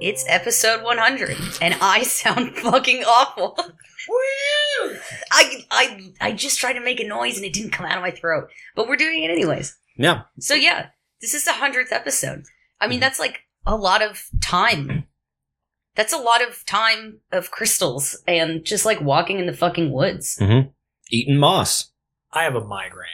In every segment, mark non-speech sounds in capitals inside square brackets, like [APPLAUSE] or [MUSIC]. It's episode 100, and I [LAUGHS] sound fucking awful. I, I, I just tried to make a noise and it didn't come out of my throat, but we're doing it anyways. Yeah. So yeah, this is the hundredth episode. I Mm-hmm. mean, that's like a lot of time. That's a lot of time of crystals and just like walking in the fucking woods. Eating moss. I have [LAUGHS] a migraine.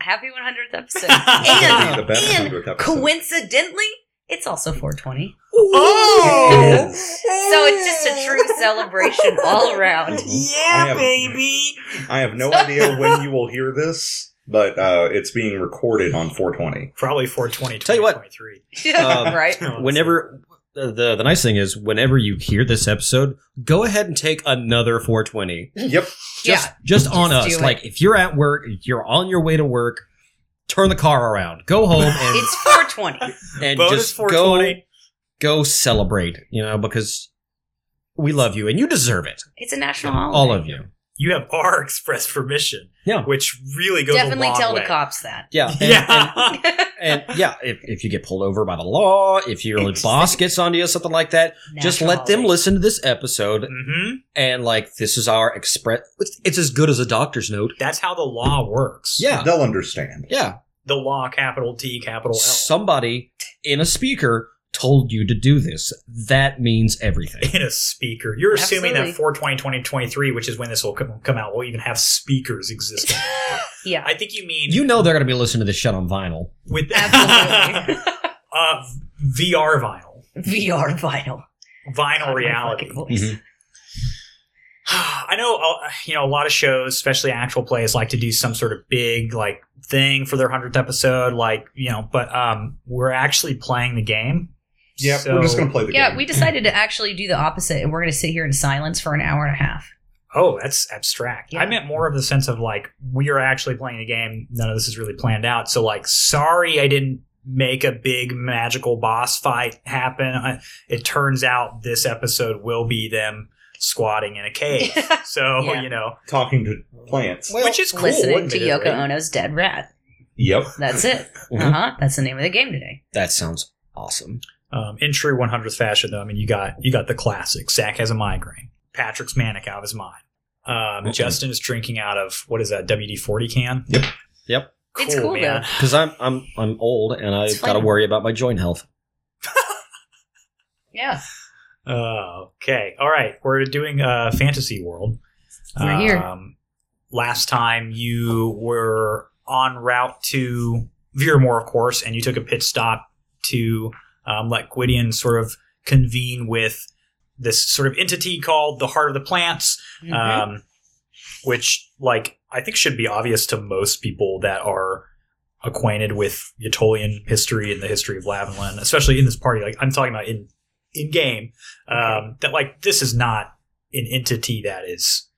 Happy 100th [LAUGHS] episode. It'll be and the best and 100th episode. coincidentally, it's also 420. Oh! So it's just a [LAUGHS] true [LAUGHS] celebration all around. I Yeah, have- baby. I have no idea when you will hear this, but uh, it's being recorded on 420. Probably 420. Tell you what. 2023. [LAUGHS] Um, [LAUGHS] right? Whenever the, the the nice thing is, whenever you hear this episode, go ahead and take another 420. Yep. Just, yeah. just on Just do us. it. Like if you're at work, if you're on your way to work, turn the car around, go home, and It's 420. [LAUGHS] and bonus just go 420. go celebrate. You know because we love you and you deserve it, It's a national holiday. all of you. you have our express permission. Yeah. Which really goes a Definitely long tell way. the cops that. [LAUGHS] Yeah, and- and- yeah. and yeah, if, if you get pulled over by the law, if your boss gets onto you, something like that, just National let them holiday. listen to this episode [LAUGHS] hmm and like this is our express. It's, it's as good as a doctor's note. That's how the law works. Yeah, They'll understand. yeah. The law, capital T, capital L. Somebody in a speaker told you to do this. That means [LAUGHS] everything. in a speaker. You're assuming Absolutely. that 420, 2023, which is when this will come, come out, will even have [LAUGHS] speakers existing. Yeah. [LAUGHS] I think you mean You know they're gonna be listening to this shit on vinyl. with [LAUGHS] Absolutely. uh, VR vinyl, VR vinyl. [LAUGHS] vinyl reality. [SIGHS] Mm-hmm. I know, uh, you know, a lot of shows, especially actual plays, like to do some sort of big like thing for their hundredth episode, like you know. But um, we're actually playing the game. Yep. So- we're just going to play the Yeah, game. we decided to actually do the opposite, and we're going to sit here in silence for an hour and a half. Oh, that's abstract. Yeah. I meant more of the sense of like we are actually playing a game. None of this is really planned out. So like, sorry, I didn't make a big magical boss fight happen. I, it turns out this episode will be them squatting in a cave. so [LAUGHS] Yeah. you know, Talking to plants. which is cool. Listening wouldn't to it, Yoko right? Mm-hmm. Ono's Dead Rat. Yep. That's [LAUGHS] it. Mhm. Uh huh. That's the name of the game today. That sounds awesome. Um, in true 100th fashion, though, I mean, you got you got the classic. Zach has a migraine. Patrick's manic out of his mind. Um, Mhm. Justin is drinking out of what is that WD 40 can? Yep. Yep. Cool, It's cool, man. Because I'm I'm I'm old and It's I've got to fine. worry about my joint health. Yeah. Oh, okay. All right. We're doing uh, Fantasy World. We're here. Um, last time you were on route to Viramore, of course, and you took a pit stop to um, let Gwydion sort of convene with this sort of entity called the Heart of the Plants, Mhm. um, which, like, I think should be obvious to most people that are acquainted with Yatolian history and the history of Lavinland, especially in this party. Like, I'm talking about in in game um, that like this is not an entity that is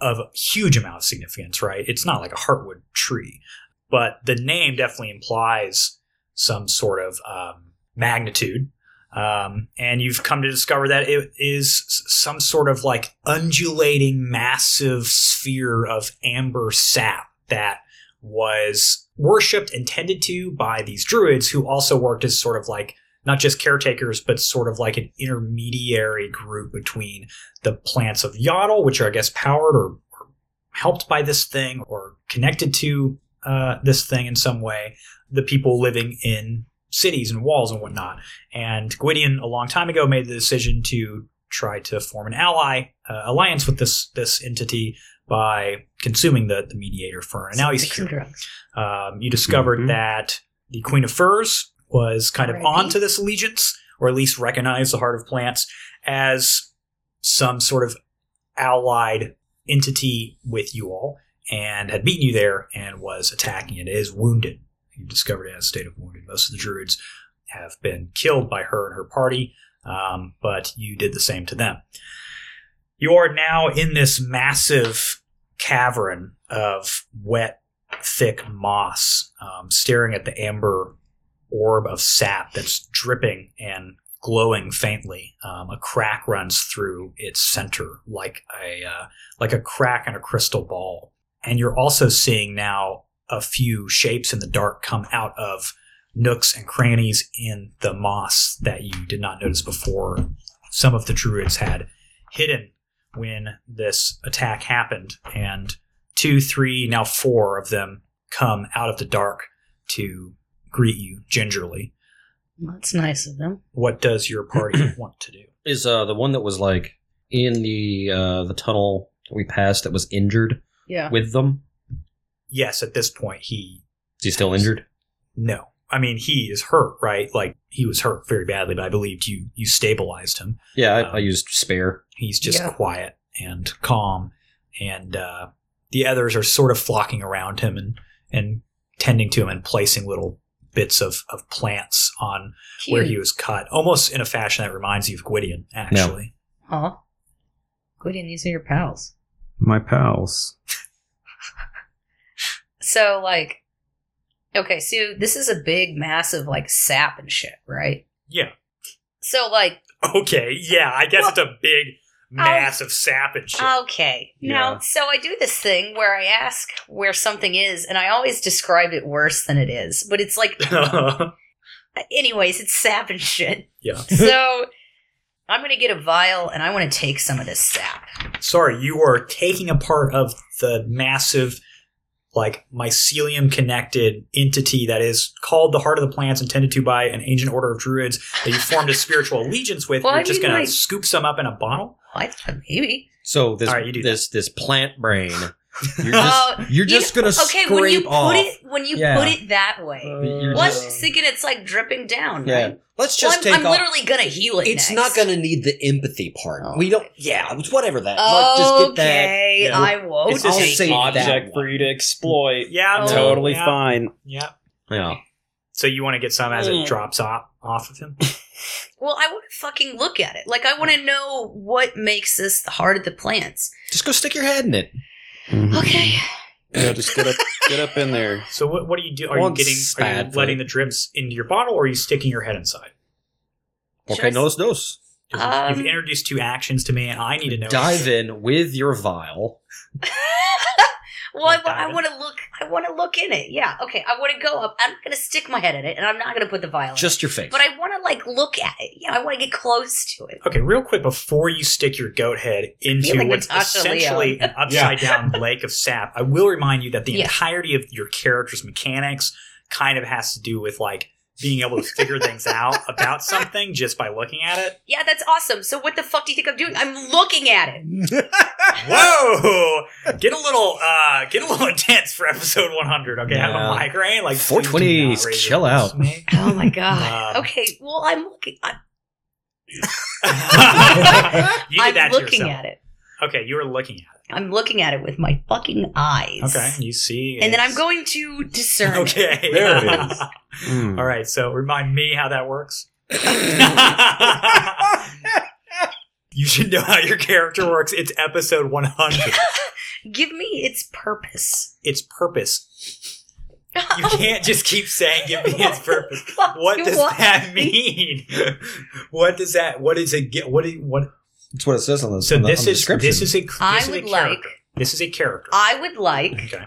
of a huge amount of significance, right? It's not like a heartwood tree, but the name definitely implies some sort of um, magnitude. Um, and you've come to discover that it is s- some sort of like undulating, massive sphere of amber sap that was worshipped and tended to by these druids who also worked as sort of like not just caretakers, but sort of like an intermediary group between the plants of Yodel, which are, I guess, powered or, or helped by this thing or connected to uh, this thing in some way, the people living in cities and walls and whatnot. And Gwydion, a long time ago, made the decision to try to form an ally uh, alliance with this this entity by consuming the, the mediator fern. And now he's Make some cured. Mm-hmm. drugs. Um, you discovered Mhm. that the Queen of Furs was kind of R.I.P. onto this allegiance, or at least recognized the Heart of Plants as some sort of allied entity with you all, and had beaten you there and was attacking it. It is wounded. You discovered it in a state of wounded. Most of the druids have been killed by her and her party, um, but you did the same to them. You are now in this massive cavern of wet, thick moss, um, staring at the amber orb of sap that's dripping and glowing faintly. Um, a crack runs through its center, like a uh, like a crack in a crystal ball. And you're also seeing now a few shapes in the dark come out of nooks and crannies in the moss that you did not notice before. Some of the druids had hidden when this attack happened, and two, three, now four of them come out of the dark to greet you gingerly. Well, that's nice of them. What does your party want to do? Is uh, the one that was like in the uh, the tunnel that we passed that was injured Yeah. with them? Yes, at this point, he Is he still injured? No. I mean, he is hurt, right? Like he was hurt very badly, but I believed you you stabilized him. Yeah, I, I used spare. He's just Yeah. quiet and calm, and uh, the others are sort of flocking around him and and tending to him and placing little bits of, of plants on where he Cute. was cut, almost in a fashion that reminds you of Gwydion, actually. Aw. Gwydion, these are your pals. My pals. So, like, okay, so this is a big, massive, like, sap and shit, right? Yeah. So, like, [LAUGHS] Okay. Yeah. I guess Well- it's a big mass of sap and shit. Okay. Now, Yeah. so I do this thing where I ask where something is, and I always describe it worse than it is. But it's like, [LAUGHS] anyways, it's sap and shit. Yeah. [LAUGHS] So I'm going to get a vial, and I want to take some of this sap. [LAUGHS] sorry, you are taking a part of the massive, like mycelium connected entity that is called the Heart of the Plants, intended to by an ancient order of druids that you formed [LAUGHS] a spiritual allegiance with. Well, I You're just mean, going like- to scoop some up in a bottle. I thought maybe. So this All right, you do this this plant brain. [LAUGHS] You're just, Oh, you're you just gonna okay, scrape when you put off. it when you Yeah. put it that way, You're well, I'm just- just thinking it's like dripping down. yeah. Right? Let's Well, just I'm, I'm take off. literally gonna heal it. it's next. not going to need the empathy part. Oh. We don't. Yeah, it's whatever that. Let's just get that. Okay, Yeah. I won't. It's just take save it. that. object for you to exploit. Yeah, Oh. Totally yeah, fine. Yeah. yeah. So you want to get some as it Mm. drops off off of him? Well, I want to fucking look at it. Like, I want to know what makes this the heart of the plants. Just go stick your head in it. Mm-hmm. Okay. So just get up, get up in there. So what what do you do? Are Once you getting? Are you spat, letting but- the drips into your bottle, or are you sticking your head inside? Should Okay, I- no, it's dose. You've- Um, You've introduced two actions to me, and I need to know. Dive in with your vial. well, I, Like diving. want to look. I want to look in it. Yeah. Okay. I want to go up. I'm not gonna stick my head in it, and I'm not gonna put the vial. in. Just your face. But I want to like look at it. Yeah. I want to get close to it. Okay, real quick before you stick your goat head into Feel like what's Natasha [LAUGHS] essentially an [LAUGHS] upside down lake of sap, I will remind you that the Yeah. entirety of your character's mechanics kind of has to do with like being able to figure things out about something just by looking at [LAUGHS] it. Yeah, that's awesome. So what the fuck do you think I'm doing? I'm looking at it. Whoa! Get a little uh get a little [LAUGHS] intense for episode 100. Okay, I have Yeah. a migraine. Like please do 420 not raise chill your voice out. [LAUGHS] to me. [LAUGHS] Oh my god. Um, okay. Well, I'm looking. I, [LAUGHS] you did I'm that looking to yourself. at it. Okay, you were looking at I'm looking at it with my fucking eyes. it. Okay, you see. And then I'm it's- [LAUGHS] going to discern. it. Okay, There [LAUGHS] it is. Mm. All right, so remind me how [LAUGHS] that works. [LAUGHS] you should know how your character works. It's episode 100. Give me its purpose. [LAUGHS] It's purpose. You can't just keep saying give me its [LAUGHS] purpose. Fuck What you does want? that mean? [LAUGHS] What does that what is it get what is, what That's what it says on the, So on the, this on the is description. this is a this I is would a like. character. This is a character. I would like Okay.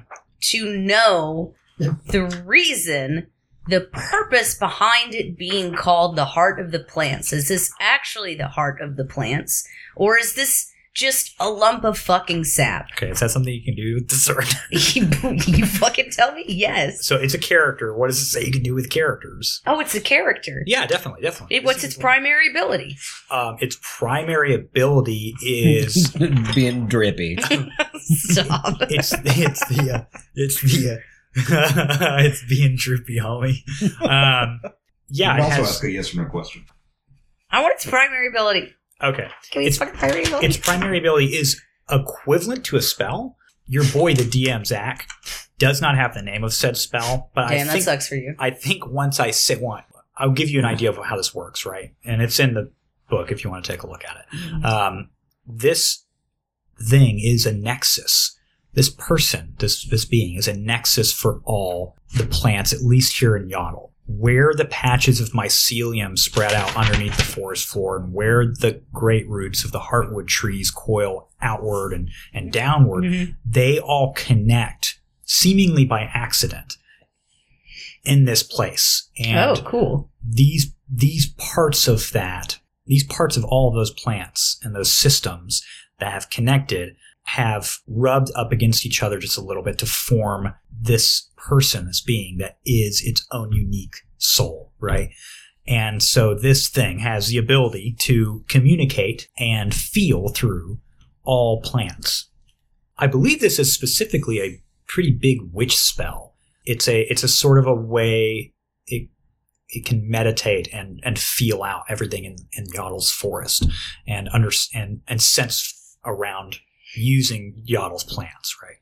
to know the reason, the purpose behind it being called the heart of the plants. Is this actually the heart of the plants, or is this just a lump of fucking sap? Okay, is that something you can do [LAUGHS] with discern? you, [LAUGHS] you fucking tell me yes. So it's a character. What does it say you can do with characters? Oh, it's a character. Yeah, definitely, definitely. It, what's its primary ability? [LAUGHS] um, its primary ability [LAUGHS] is [LAUGHS] being [LAUGHS] drippy. Stop. it's it's the uh, it's the uh, [LAUGHS] it's being droopy, homie. Um, yeah, it You can also has, ask a yes or no question. I want its primary ability. okay. Give me its It's- fucking primary ability. Its primary ability is equivalent to a spell. Your boy, the DM Zach, does not have the name of said spell, but Damn, I that think sucks for you. I think once I say one, I'll give you an idea of how this works, right? And it's in the book if you want to take a look at it. Um, this thing is a nexus. This person, this this being, is a nexus for all the plants, at least here in Yodel. Where the patches of mycelium spread out underneath the forest floor, and where the great roots of the heartwood trees coil outward and, and downward, Mhm. they all connect seemingly by accident. in this place. And oh, cool. these these parts of that, these parts of all those plants and those systems that have connected have rubbed up against each other just a little bit to form this person, this being that is its own unique soul, right? And so this thing has the ability to communicate and feel through all plants. I believe this is specifically a pretty big witch spell. It's a it's a sort of a way it it can meditate and and feel out everything in, in Yodel's forest and under and, and sense around using Yodel's plants, right?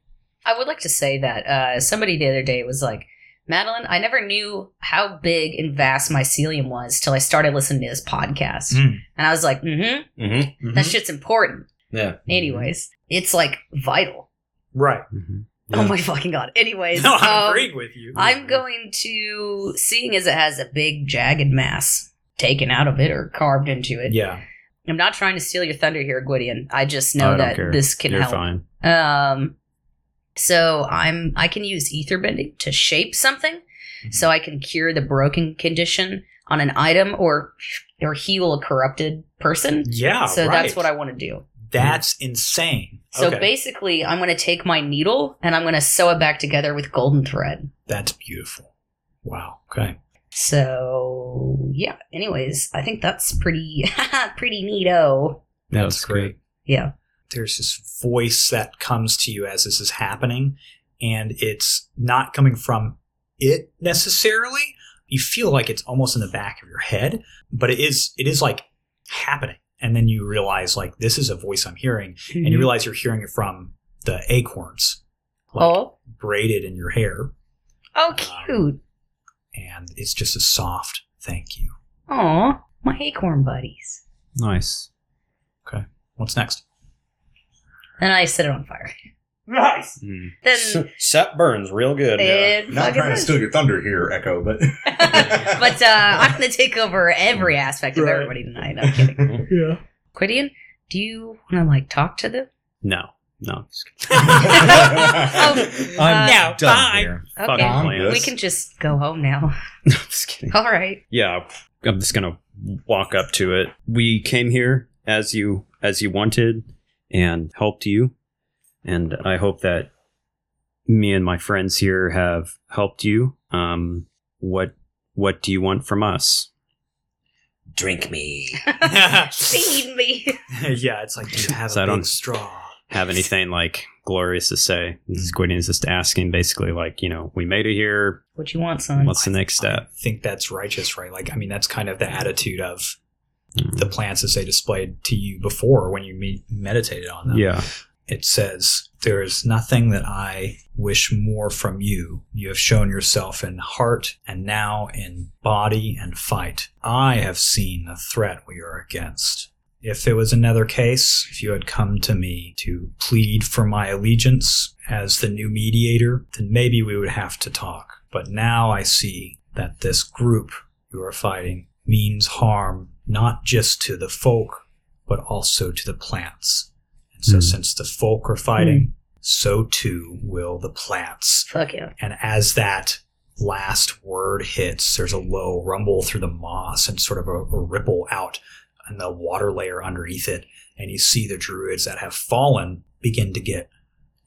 I would like to say that uh, somebody the other day was like, Madeline, I never knew how big and vast mycelium was till I started listening to this podcast. Mm. And I was like, mm hmm, Mm-hmm. that shit's important. Mm-hmm. Yeah. Anyways, it's like vital. Right. Mm-hmm. Oh my fucking god. Anyways, [LAUGHS] No, I'm um, agreeing with you. I'm going to, seeing as it has a big jagged mass taken out of it or carved into it. Yeah. I'm not trying to steal your thunder here, Gwydion. I just know I don't that care. this can You're help. fine. Um, so I'm I can use ether bending to shape something, Mm-hmm. so I can cure the broken condition on an item or or heal a corrupted person. Yeah. so right. that's what I want to do. That's insane. So okay. basically, I'm going to take my needle and I'm going to sew it back together with golden thread. that's beautiful. Wow. Okay. So yeah. Anyways, I think that's pretty [LAUGHS] pretty neato. That's great. Yeah. There's this voice that comes to you as this is happening, and it's not coming from it necessarily. You feel like it's almost in the back of your head, but it is it is like happening. And then you realize like this is a voice I'm hearing, and Mm-hmm. you realize you're hearing it from the acorns, like oh, braided in your hair, oh, cute. and it's just a soft thank you. Aw, my acorn buddies. Nice. What's next? Then I set it on fire. Nice. Hmm. Mm. Then Sap burns real good. it Not fucking trying to is. steal your thunder here, [LAUGHS] Echo, but [LAUGHS] [LAUGHS] but uh, I'm going to take over every aspect of Right. everybody tonight. I'm kidding. Hmm. [LAUGHS] Yeah. Quidian, do you want to like talk to them? No. No. Just Oh, uh, I'm No, done fine. here. fucking Okay. plants. We can just go home now. [LAUGHS] No, [LAUGHS] I'm just kidding. All right. [LAUGHS] yeah i'm just gonna walk up to it we came here as you as you wanted and helped you and i hope that me and my friends here have helped you um what what do you want from us Drink me. Feed me. [LAUGHS] yeah, it's like you have So a I big don't- straw. have anything like glorious to say squiddy is just asking basically like you know we made it here What you want, son? what's the next I step think that's righteous, right? Like, I mean, that's kind of the attitude of the plants as they displayed to you before when you me- meditated on them. yeah It says, There is nothing that I wish more from you. You have shown yourself in heart and now in body and fight. I have seen the threat we are against. If it was another case, if you had come to me to plead for my allegiance as the new mediator, then maybe we would have to talk. But now I see that this group you are fighting means harm not just to the folk, but also to the plants. And so, Hmm. since the folk are fighting, so too will the plants. Fuck yeah. And as that last word hits, there's a low rumble through the moss and sort of a, a ripple out in the water layer underneath it. And you see the druids that have fallen begin to get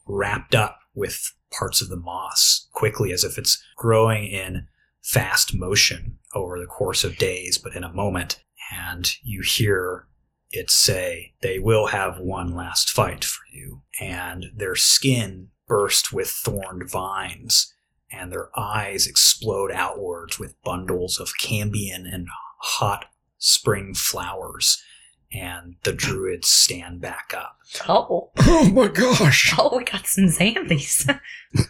wrapped up with parts of the moss quickly as if it's growing in fast motion over the course of days, but in a moment. And you hear it say, They will have one last fight for you. And their skin burst with thorned vines, and their eyes explode outwards with bundles of cambion and hot spring flowers. And the druids stand back up. Oh, Oh my [LAUGHS] [LAUGHS] gosh. oh, we got some zombies. [LAUGHS] [LAUGHS]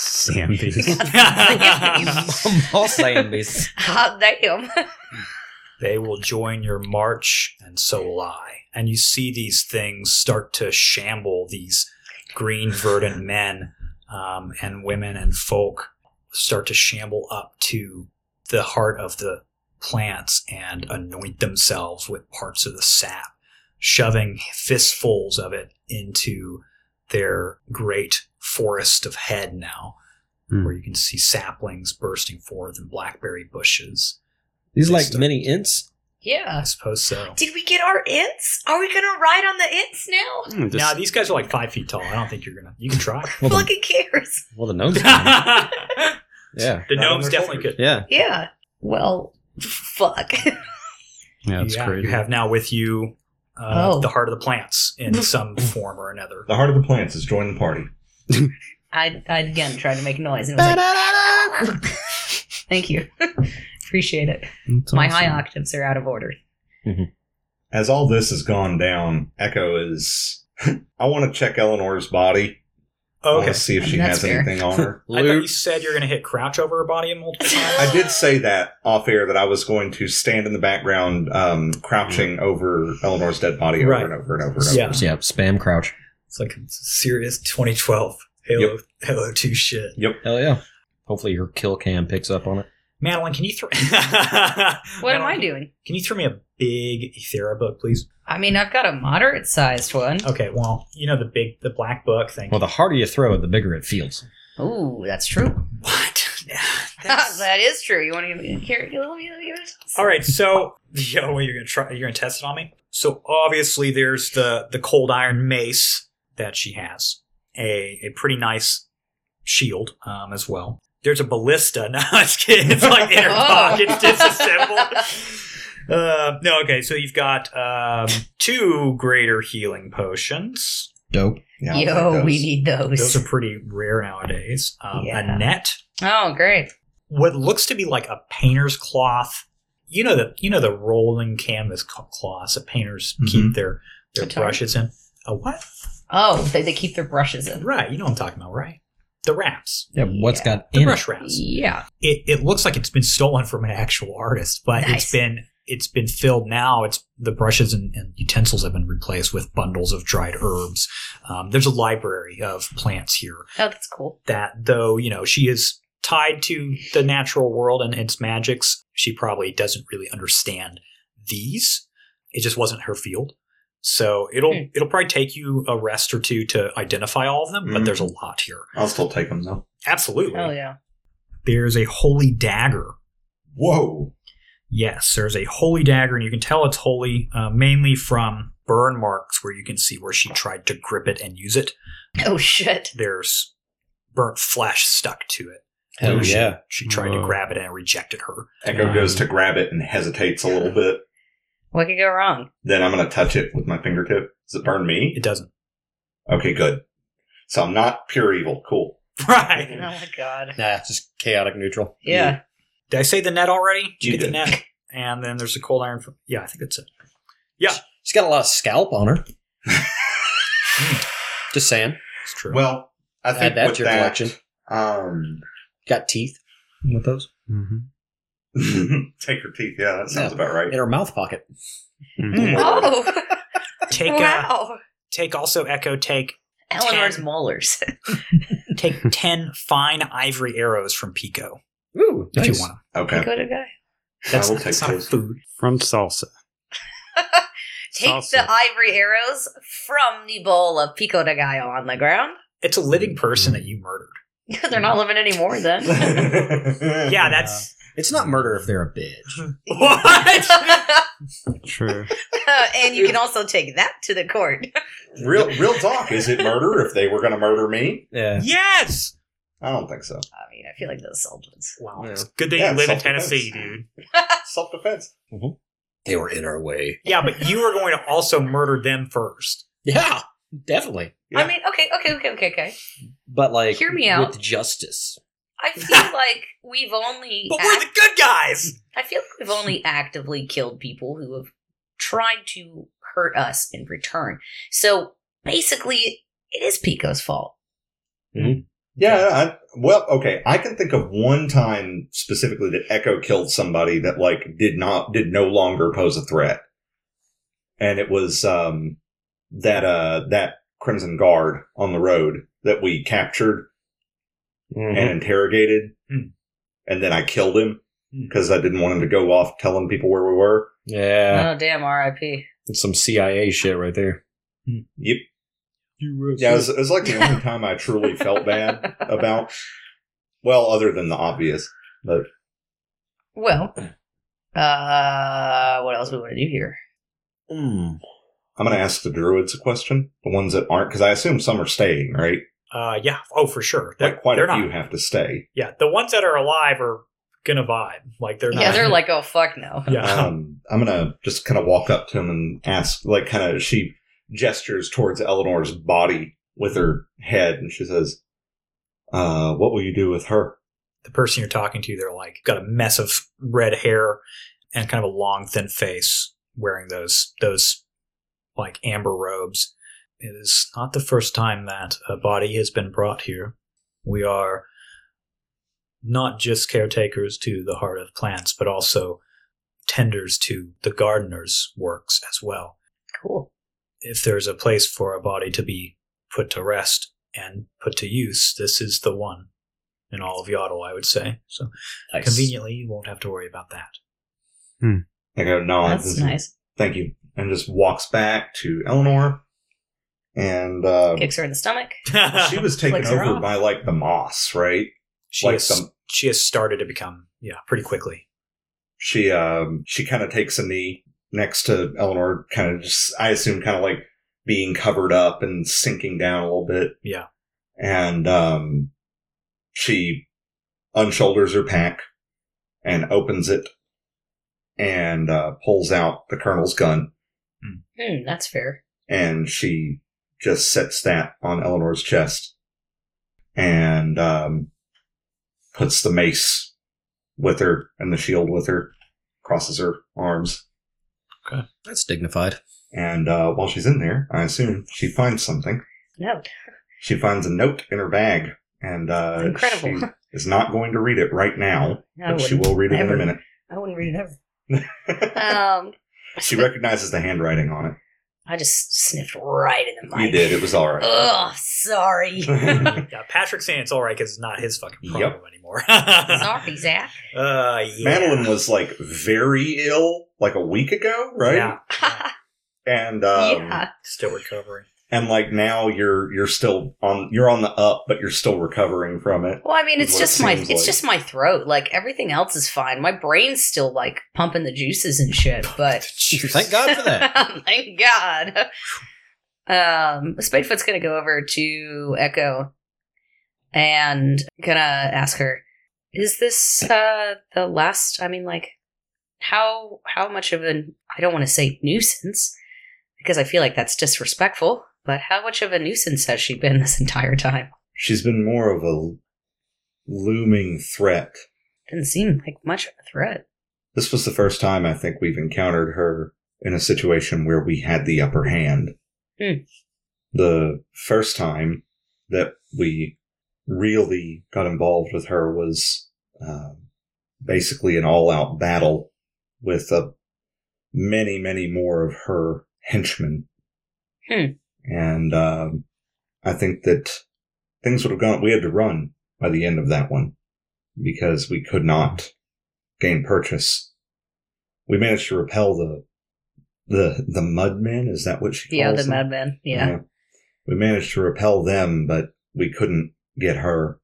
Zambies. [LAUGHS] all zombies. Hot damn. They will join your march, and so will I. And you see these things start to shamble, these green, verdant men um, and women and folk start to shamble up to the heart of the plants and anoint themselves with parts of the sap, shoving fistfuls of it into their great forest of head now. Hmm. where you can see saplings bursting forth and blackberry bushes. These like Stuff. mini ints. Yeah. I suppose so. Did we get our ints? Are we gonna ride on the ints now? Mm, just- Now these guys are like five feet tall. I don't think you're gonna. You can [LAUGHS] try. Well, the, Fucking cares. well, the [LAUGHS] gnomes. can. [LAUGHS] the yeah, gnomes definitely could. yeah. Yeah. Well, fuck. [LAUGHS] yeah, it's yeah, crazy. you have now with you uh, Oh. the heart of the plants [LAUGHS] in some form or another. The heart of the plants is joining the party. I I again tried to make noise and it was like [LAUGHS] Thank you. [LAUGHS] Appreciate it. It's My awesome. high octaves are out of order. As all this has gone down, Echo is. [LAUGHS] I want to check Eleanor's body. I Okay. want to Oh, see if she That's has fair. anything on her. I thought you Loot. said you're gonna hit crouch over her body multiple times. [LAUGHS] I did say that off air that I was going to stand in the background, um, crouching over Eleanor's dead body over Mm. Right. and over and over and over. Yeah. yeah, spam crouch. It's like serious 2012 Halo Yep. Halo 2 shit. Hell yeah. Hopefully your kill cam picks up on it. Madeline, can you [LAUGHS] throw? What am I doing? Can you throw me a big Ethera book, please? I mean, I've got a moderate sized one. Okay. Well, you know the big, the black book. Thank Well, the harder you throw it, the bigger it feels. Ooh, that's true. you. [LAUGHS] What? [LAUGHS] That's- that is true. You want to give me here? Let me, let me give it. All right. So, [LAUGHS] yo, what, you're gonna try? You're gonna test it on me? So obviously, there's the the cold iron mace that she has, a a pretty nice shield um, as well. There's a ballista. [LAUGHS] No, I'm just kidding. It's like in her Oh. pocket, disassembled. Uh, no, okay. So you've got um, two greater healing potions. Dope. Yeah, I'll take Yo, those. we need those. Those are pretty rare nowadays. Um, Yeah. A net, oh, great. what looks to be like a painter's cloth. You know the you know the rolling canvas cl- cloths that painters keep their their A towel? brushes in. A what? Oh, they, they keep their brushes in. Right, you know what I'm talking about, right? The wraps, Yeah, what's Yeah. got the in it? brush wraps. Yeah. It it looks like it's been stolen from an actual artist, but Nice. it's been it's been filled now. It's the brushes and, and utensils have been replaced with bundles of dried herbs. Um, there's a library of plants here Oh, that's cool. that though you know she is tied to the natural world and its magics she probably doesn't really understand these it just wasn't her field so it'll Hmm. it'll probably take you a rest or two to identify all of them but Mhm. there's a lot here I'll still take them though. absolutely Oh yeah. there's a holy dagger Whoa. Yes, there's a holy dagger, and you can tell it's holy uh, mainly from burn marks, where you can see where she tried to grip it and use it. Oh shit. There's burnt flesh stuck to it. Hell She- yeah. She tried to Whoa. grab it and it rejected her. Echo goes to grab it and hesitates a little bit. What could go [LAUGHS] wrong? Then I'm going to touch it with my fingertip. Does it burn me? It doesn't. [LAUGHS] Okay, good. So I'm not pure evil. Cool. Oh Right. my god. Nah, just chaotic neutral. Yeah. Did I say the net already? Did you You get the did. net? And then there's the cold iron. fo- yeah, I think that's it. Yeah. She's got a lot of scalp on [LAUGHS] her. just saying. It's true. Well, I think Add that with to your that, collection. Um, [LAUGHS] Got teeth with those Mhm. take her teeth. Yeah, that sounds Yeah. about right. in her mouth pocket. Mhm. Oh take uh, [LAUGHS] wow. take also echo take Eleanor's Ten. molars. [LAUGHS] take ten fine ivory arrows from Pico Ooh, if nice. you want them. Okay. Good guy. That's, I will take that's not those. food. From salsa. Take Salsa. the ivory arrows from the bowl of Pico de Gallo on the ground. [LAUGHS] It's a Mm-hmm. living person that you murdered. They're Mm-hmm. not living anymore then. [LAUGHS] [LAUGHS] [LAUGHS] Yeah, that's It's not murder if they're a bitch. [LAUGHS] what. [LAUGHS] True. Uh, and you can also take that to the court. [LAUGHS] [LAUGHS] real, real talk. Is it murder if they were going to murder me? Yeah. Yes. I don't think [LAUGHS] so. I mean, I feel like those sold ones. Wow. Yeah. It's good that Yeah, you live in self-defense. Tennessee, dude. Self defense. They were in our way. Yeah, but you are going to also murder them first. Yeah, definitely. I mean, okay, okay, okay, okay, okay. But like, Hear me out. With justice. [LAUGHS] I feel like we've only But we're act- the good guys. I feel like we've only actively killed people who have tried to hurt us in return. So basically, it is Pico's fault. Yeah. I, well, okay. I can think of one time specifically that Echo killed somebody that like did not did no longer pose a threat, and it was um that uh that Crimson Guard on the road that we captured Mm-hmm. and interrogated, Hmm. and then I killed him Hmm. because I didn't want him to go off telling people where we were. Yeah, oh damn, R.I.P. it's some CIA shit right there. Yep. [LAUGHS] Oh, [LAUGHS] Yeah, it was, it was like the only time I truly felt bad about. Well, other than the obvious, but Well, uh, what else we want to do here? Mm. I'm going to ask the druids a question. The ones that aren't, because I assume some are staying, right? Uh, yeah. Oh, for sure. They're, Like quite they're a few not. have to stay. Yeah, the ones that are alive are gonna vibe. Like they're not. Yeah, they're like, oh fuck [LAUGHS] no. [LAUGHS] Yeah. Um, I'm going to just kind of walk up to him and ask, like, kind of she gestures towards Eleanor's body with her head, and she says, uh, "What will you do with her?" the person you're talking to, they're like got a mess of red hair and kind of a long, thin face, wearing those those like amber robes. It is not the first time that a body has been brought here. We are not just caretakers to the heart of plants, but also tenders to the gardener's works as well Cool. if there's a place for a body to be put to rest and put to use, this is the one in all of Yaddle, I would say. So Nice. conveniently, you won't have to worry about that. I go, "No, That's nice. Thank you," and just walks back to Eleanor, and uh, Kicks her in the stomach. [LAUGHS] [LAUGHS] she was taken Flicks her over off. by like the moss, right? she, like has, some- she has started to become, yeah, pretty quickly. she um she kind of takes a knee next to Eleanor, kind of just I assume kind of like being covered up and sinking down a little bit. Yeah. And um she unshoulders her pack and opens it and uh, pulls out the colonel's gun Hmm, that's fair. and she just sets that on Eleanor's chest and um, puts the mace with her and the shield with her, crosses her arms, That's dignified. and uh, while she's in there, I assume she finds something. No. She finds a note in her bag, and uh, Incredible. she is not going to read it right now, [LAUGHS] I but wouldn't, she will read it in a ever. minute. I wouldn't read it ever. Um, [LAUGHS] she recognizes the handwriting on it. I just sniffed right in the mic. You did; it was all [LAUGHS] right. Oh, [LAUGHS] sorry. Yeah, Patrick's saying it's all right because it's not his fucking Yep. problem anymore. [LAUGHS] sorry, Zach. [LAUGHS] Uh, yeah. Madeline was like very ill like a week ago, right? Yeah, Um, And um, yeah. still recovering. and like now you're you're still on you're on the up, but you're still recovering from it. Well, I mean, it's what it just my seems it's like. just my throat. Like everything else is fine. My brain's still like pumping the juices and shit, but Thank God for that. [LAUGHS] Thank God. Um, Spadefoot's gonna go over to Echo and gonna ask her, "Is this uh the last? I mean, like, how how much of an I don't want to say nuisance because I feel like that's disrespectful, but how much of a nuisance has she been this entire time? She's been more of a looming threat. Didn't seem like much of a threat. This was the first time I think we've encountered her in a situation where we had the upper hand. Hmm. The first time that we really got involved with her was uh, basically an all-out battle with uh, many, many more of her henchmen. Hmm. And um, I think that things would have gone. We had to run by the end of that one because we could not gain purchase. We managed to repel the the the mudmen. Is that what she calls Yeah, the them? madman. Yeah. We managed to repel them, but we couldn't get her.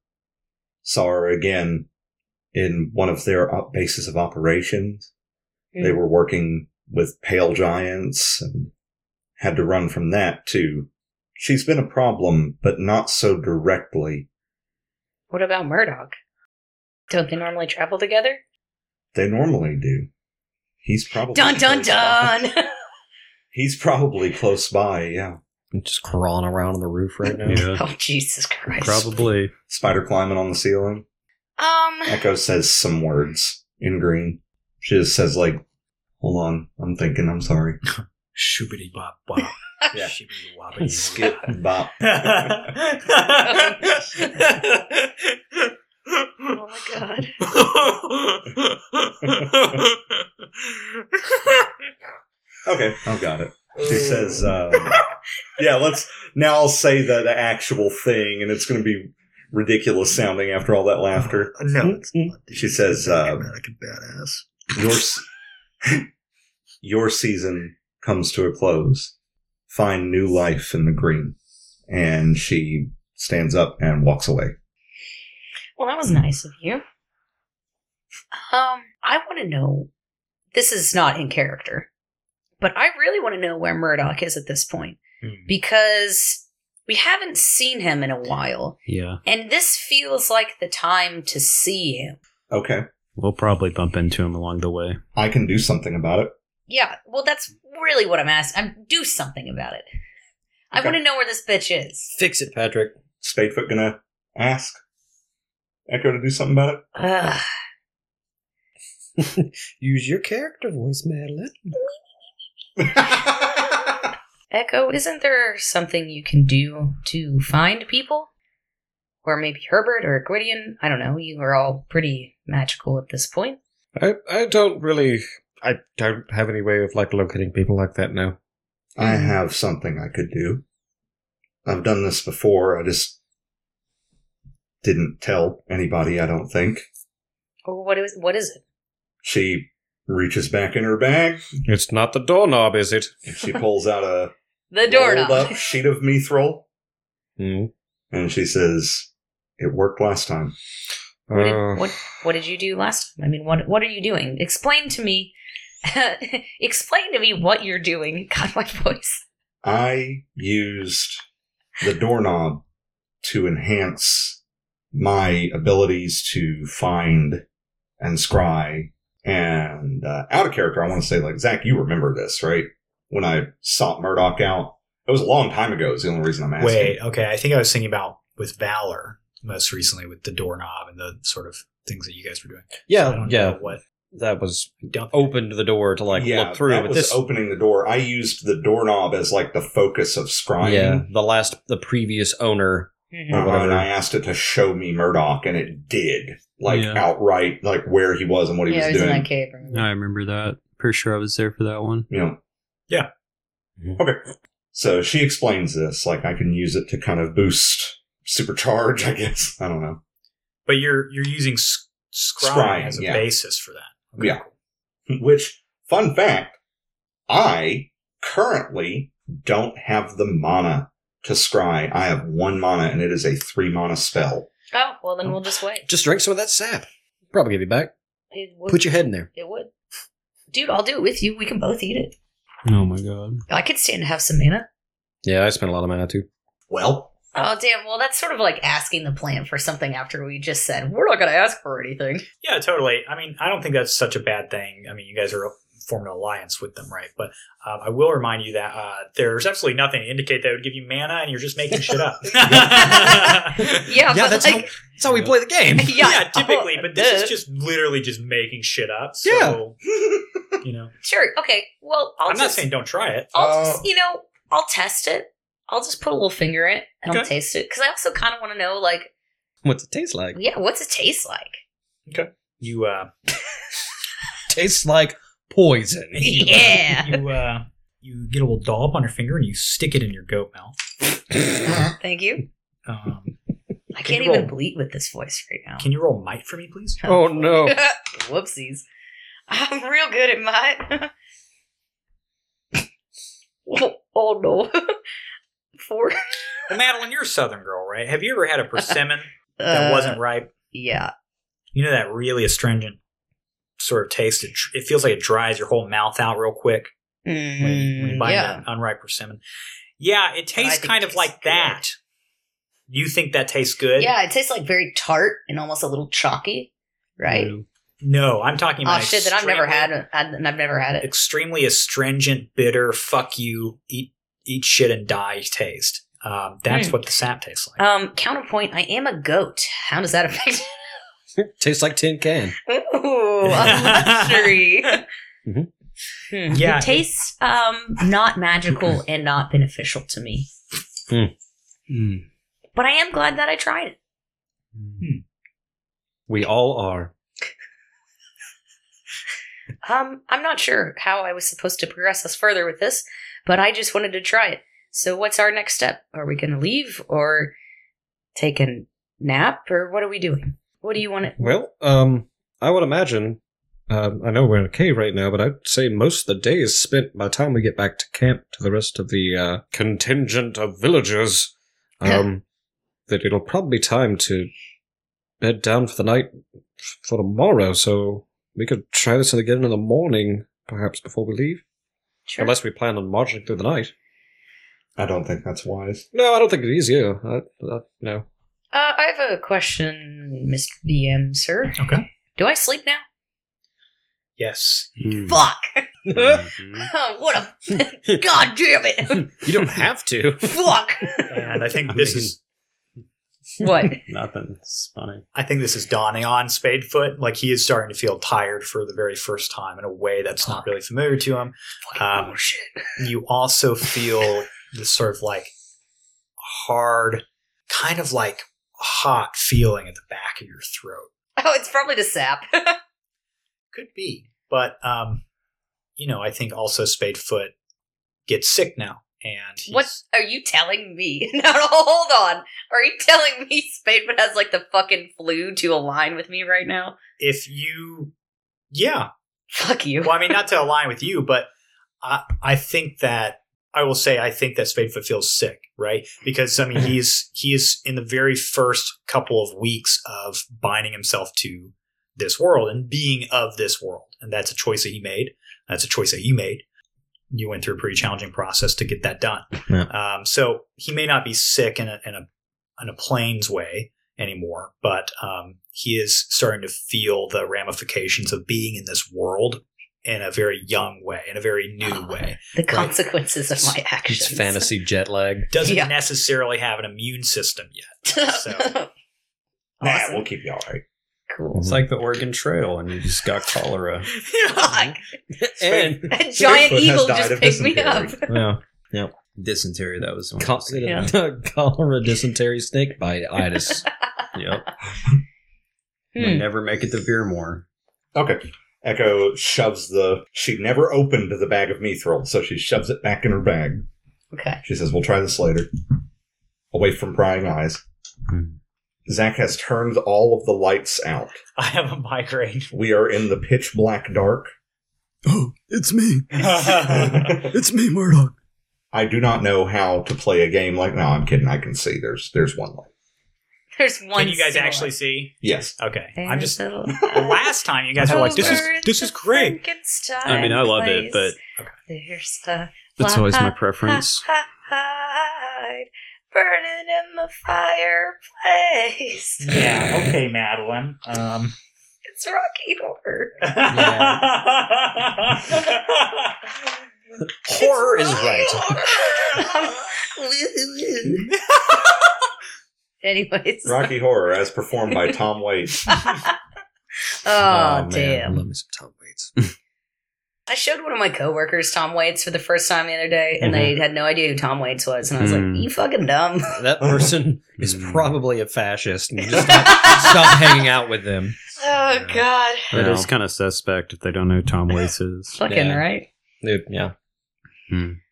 Saw her again in one of their op- bases of operations. They Hmm. were working with pale giants and had to run from that too. She's been a problem, but not so directly. What about Murdoch? Don't they normally travel together? They normally do. He's probably Dun dun close by. dun! He's probably close by. Yeah, [LAUGHS] I'm just crawling around on the roof right now. Yeah, [LAUGHS] oh Jesus Christ! probably. spider climbing on the ceiling. Um, Echo says some words in green. She just says like, "Hold on, I'm thinking. I'm sorry." [LAUGHS] Shoobity bop bop. Yeah. Shibbity wobbity. [LAUGHS] Skip bop. [LAUGHS] [LAUGHS] [LAUGHS] oh my God! Okay, I've got it. She says, um, "Yeah, let's." Now I'll say the, the actual thing, and it's going to be ridiculous sounding after all that laughter. No, it's not. She says, uh, American badass. Your s- [LAUGHS] your season comes to a close. Find new life in the green, and she stands up and walks away. Well, that was nice of you. Um, I want to know. This is not in character, but I really want to know where Murdoch is at this point Hmm. because we haven't seen him in a while, Yeah, and this feels like the time to see him. Okay. we'll probably bump into him along the way. I can do something about it. Yeah, well, that's really what I'm asking. I'm do something about it. I Okay. want to know where this bitch is. Fix it, Patrick. Spadefoot gonna ask Echo to do something about it. Ugh. Use your character voice, Madeline. Echo, isn't there something you can do to find people? Or maybe Herbert or Gwydion? I don't know. You are all pretty magical at this point. I, I don't really. I don't have any way of like locating people like that now. [LAUGHS] I have something I could do. I've done this before. I just didn't tell anybody. I don't think Or what is what is it? she reaches back in her bag It's not the doorknob, is it? [LAUGHS] and she pulls out a The rolled doorknob. up sheet of mithril Hmm. and she says, "It worked last time." What did, Uh, what, what did you do last time? I mean, what what are you doing? Explain to me. [LAUGHS] explain to me what you're doing. [LAUGHS] God, my voice. I used the doorknob to enhance my abilities to find and scry. And uh, out of character, I want to say, like, Zach, you remember this, right? When I sought Murdoch out, it was a long time ago, is the only reason I'm asking. Wait, okay. I think I was thinking about with Valor most recently with the doorknob and the sort of things that you guys were doing. I Oh, Yeah, don't yeah. know what. That was I don't- opened the door to like yeah, look through, that but was this opening the door. I used the doorknob as like the focus of scrying. yeah, the last the previous owner. Mhm. Uh, whatever. and I asked it to show me Murdoch, and it did, like Yeah. outright, like where he was and what he yeah, was it was in doing. that cave. remember? I remember that. Pretty sure I was there for that one. you know. Yeah. Okay. So she explains this like I can use it to kind of boost, supercharge. I guess [LAUGHS] I don't know. But you're you're using sc- scrying, Scrying, as a yeah. basis for that. Yeah. Which fun fact, I currently don't have the mana to scry. I have one mana, and it is a three mana spell. Oh well, then we'll just wait. Just drink some of that sap. Probably give you back. It would, Put your head in there. It would. Dude, I'll do it with you. We can both eat it. Oh my god. I could stand to have some mana. yeah, I spent a lot of mana too. Well, [LAUGHS] Oh damn! Well, that's sort of like asking the plant for something after we just said we're not going to ask for anything. [LAUGHS] Yeah, totally. I mean, I don't think that's such a bad thing. I mean, you guys are forming an alliance with them, right? But um, I will remind you that uh, there's absolutely nothing to indicate that would give you mana, and you're just making shit [LAUGHS] up. [LAUGHS] Yeah, but that's, how, like, that's how we play the game. [LAUGHS] [LAUGHS] [LAUGHS] yeah, typically, oh, but this duh. is just literally just making shit up. So, you [LAUGHS] know, sure. Okay. Well, I'll I'm not just, saying don't try it. I'll Uh, just, you know, I'll test it. I'll just put a little finger in it and I'll Okay. taste it because I also kind of want to know, like, What's it taste like? yeah, what's it taste [CLEARS THROAT] like? You, uh, [LAUGHS] Tastes like poison. you, uh, Yeah. you, uh, you get a little dollop on your finger and you stick it in your goat mouth. Thank you. [LAUGHS] Um, I can't you even roll- bleat with this voice right now. can you roll might for me, please? Oh no! [LAUGHS] Whoopsies. I'm real good at mine. oh, [LAUGHS] oh, no. [LAUGHS] Four. Well, Madeline, you're a Southern girl, right? Have you ever [LAUGHS] had a persimmon that Uh, wasn't ripe? Yeah. You know that really astringent sort of taste. It, it feels like it dries your whole mouth out real quick when, you- when you Mm, buy yeah. an unripe persimmon. Yeah, I it tastes think kind it of like tastes that. You think that tastes good? Yeah, it tastes like very tart and almost a little chalky, right? Ew. No, I'm talking Oh about shit! That I've never extremely- had, had- and I've never had it. extremely astringent, bitter, fuck you, eat eat shit and die taste. Um, that's Hmm. what the sap tastes like. Um, counterpoint: I am a goat. How does that [LAUGHS] affect? Tastes like tin can. Ooh, a [LAUGHS] luxury. Mhm. Hmm. Yeah. It tastes um not magical and not beneficial to me, Hmm. Mm. but I am glad that I tried it. We all are. Um, I'm not sure how I was supposed to progress us further with this, but I just wanted to try it. So, what's our next step? Are we going to leave or take a nap, or what are we doing? What do you want to? Well, um, I would imagine. Um, I know we're in a cave right now, but I'd say most of the day is spent by the time we get back to camp to the rest of the uh, contingent of villagers. Um, that it'll probably be time to bed down for the night for tomorrow, so we could try this again in the morning, perhaps before we leave. Sure. Unless we plan on marching through the night. I don't think that's wise. No, I don't think it is you. I, I, no. Uh, I have a question, Mr. DM, sir. Okay. Do I sleep now? Yes. Mm. Fuck! [LAUGHS] Mhm. what a. God damn it! You don't [LAUGHS] have to. Fuck! And I think I this mean- is What? Nothing's funny. I think this is dawning on Spadefoot. Like he is starting to feel tired for the very first time in a way that's not really familiar to him. Um, You also feel this sort of like hard, kind of like hot feeling at the back of your throat. Oh, it's probably the sap. [LAUGHS] Could be, but um, you know, I think also Spadefoot gets sick now, and he's, what are you telling me? [LAUGHS] No, no, hold on. Are you telling me Spadefoot has like the fucking flu to align with me right now? if you, yeah, Fuck you. well, I mean, not to align with you, but I, I think that I will say I think that Spadefoot feels sick, right? Because I mean, he's he is in the very first couple of weeks of binding himself to this world and being of this world, and that's a choice that he made. That's a choice that you made. You went through a pretty challenging process to get that done. Yeah. Um, so he may not be sick in a in a in a plains way anymore, but um, he is starting to feel the ramifications of being in this world in a very young way, in a very new way. The consequences of my actions. It's [LAUGHS] fantasy jet lag. Doesn't Yeah. necessarily have an immune system yet. [LAUGHS] So- Nah, Awesome. we'll keep you all right. cool. It's like the Oregon Trail, and you just got [LAUGHS] cholera. Fuck. mm-hmm. and A giant Spadefoot has eagle died just of picked me up. [LAUGHS] dysentery. yeah. Dysentery. That was the one. Col- [LAUGHS] cholera, dysentery, snake bite, [LAUGHS] itis. Yep. We Hmm. never make it to Beermore. Okay. Echo shoves the. She never opened the bag of mithril, so she shoves it back in her bag. Okay. She says, "We'll try this later." Away from prying eyes. Hmm. Zach has turned all of the lights out. I have a migraine. [LAUGHS] We are in the pitch black dark. Oh, it's me. It's me, Murdoch. I do not know how to play a game like. No, I'm kidding. I can see. There's there's one light. There's one. Can you guys single actually see? Yes. Okay. I'm There's just a [LAUGHS] [LAUGHS] light last time you guys were like, this is over this Oh, the is great. Frankenstein I mean, I love it, place. but There's a that's always my light [LAUGHS] preference. burning in the fireplace. Yeah, okay, Madeline. Um It's Rocky Horror. Horror is right. right. [LAUGHS] Anyways. Rocky Horror, as performed by Tom Waits. [LAUGHS] Oh, Oh, man, damn. I love me some Tom Waits. I showed one of my coworkers Tom Waits for the first time the other day, and they had no idea who Tom Waits was, and I was Mm-hmm. Mm. like, "You fucking dumb." [LAUGHS] That person is Hmm. Mm. probably a fascist. And just stop, stop hanging out with them. Oh God! That Yeah. is kind of suspect if they don't know who Tom Waits is. Fucking Yeah. right. Dude, yeah.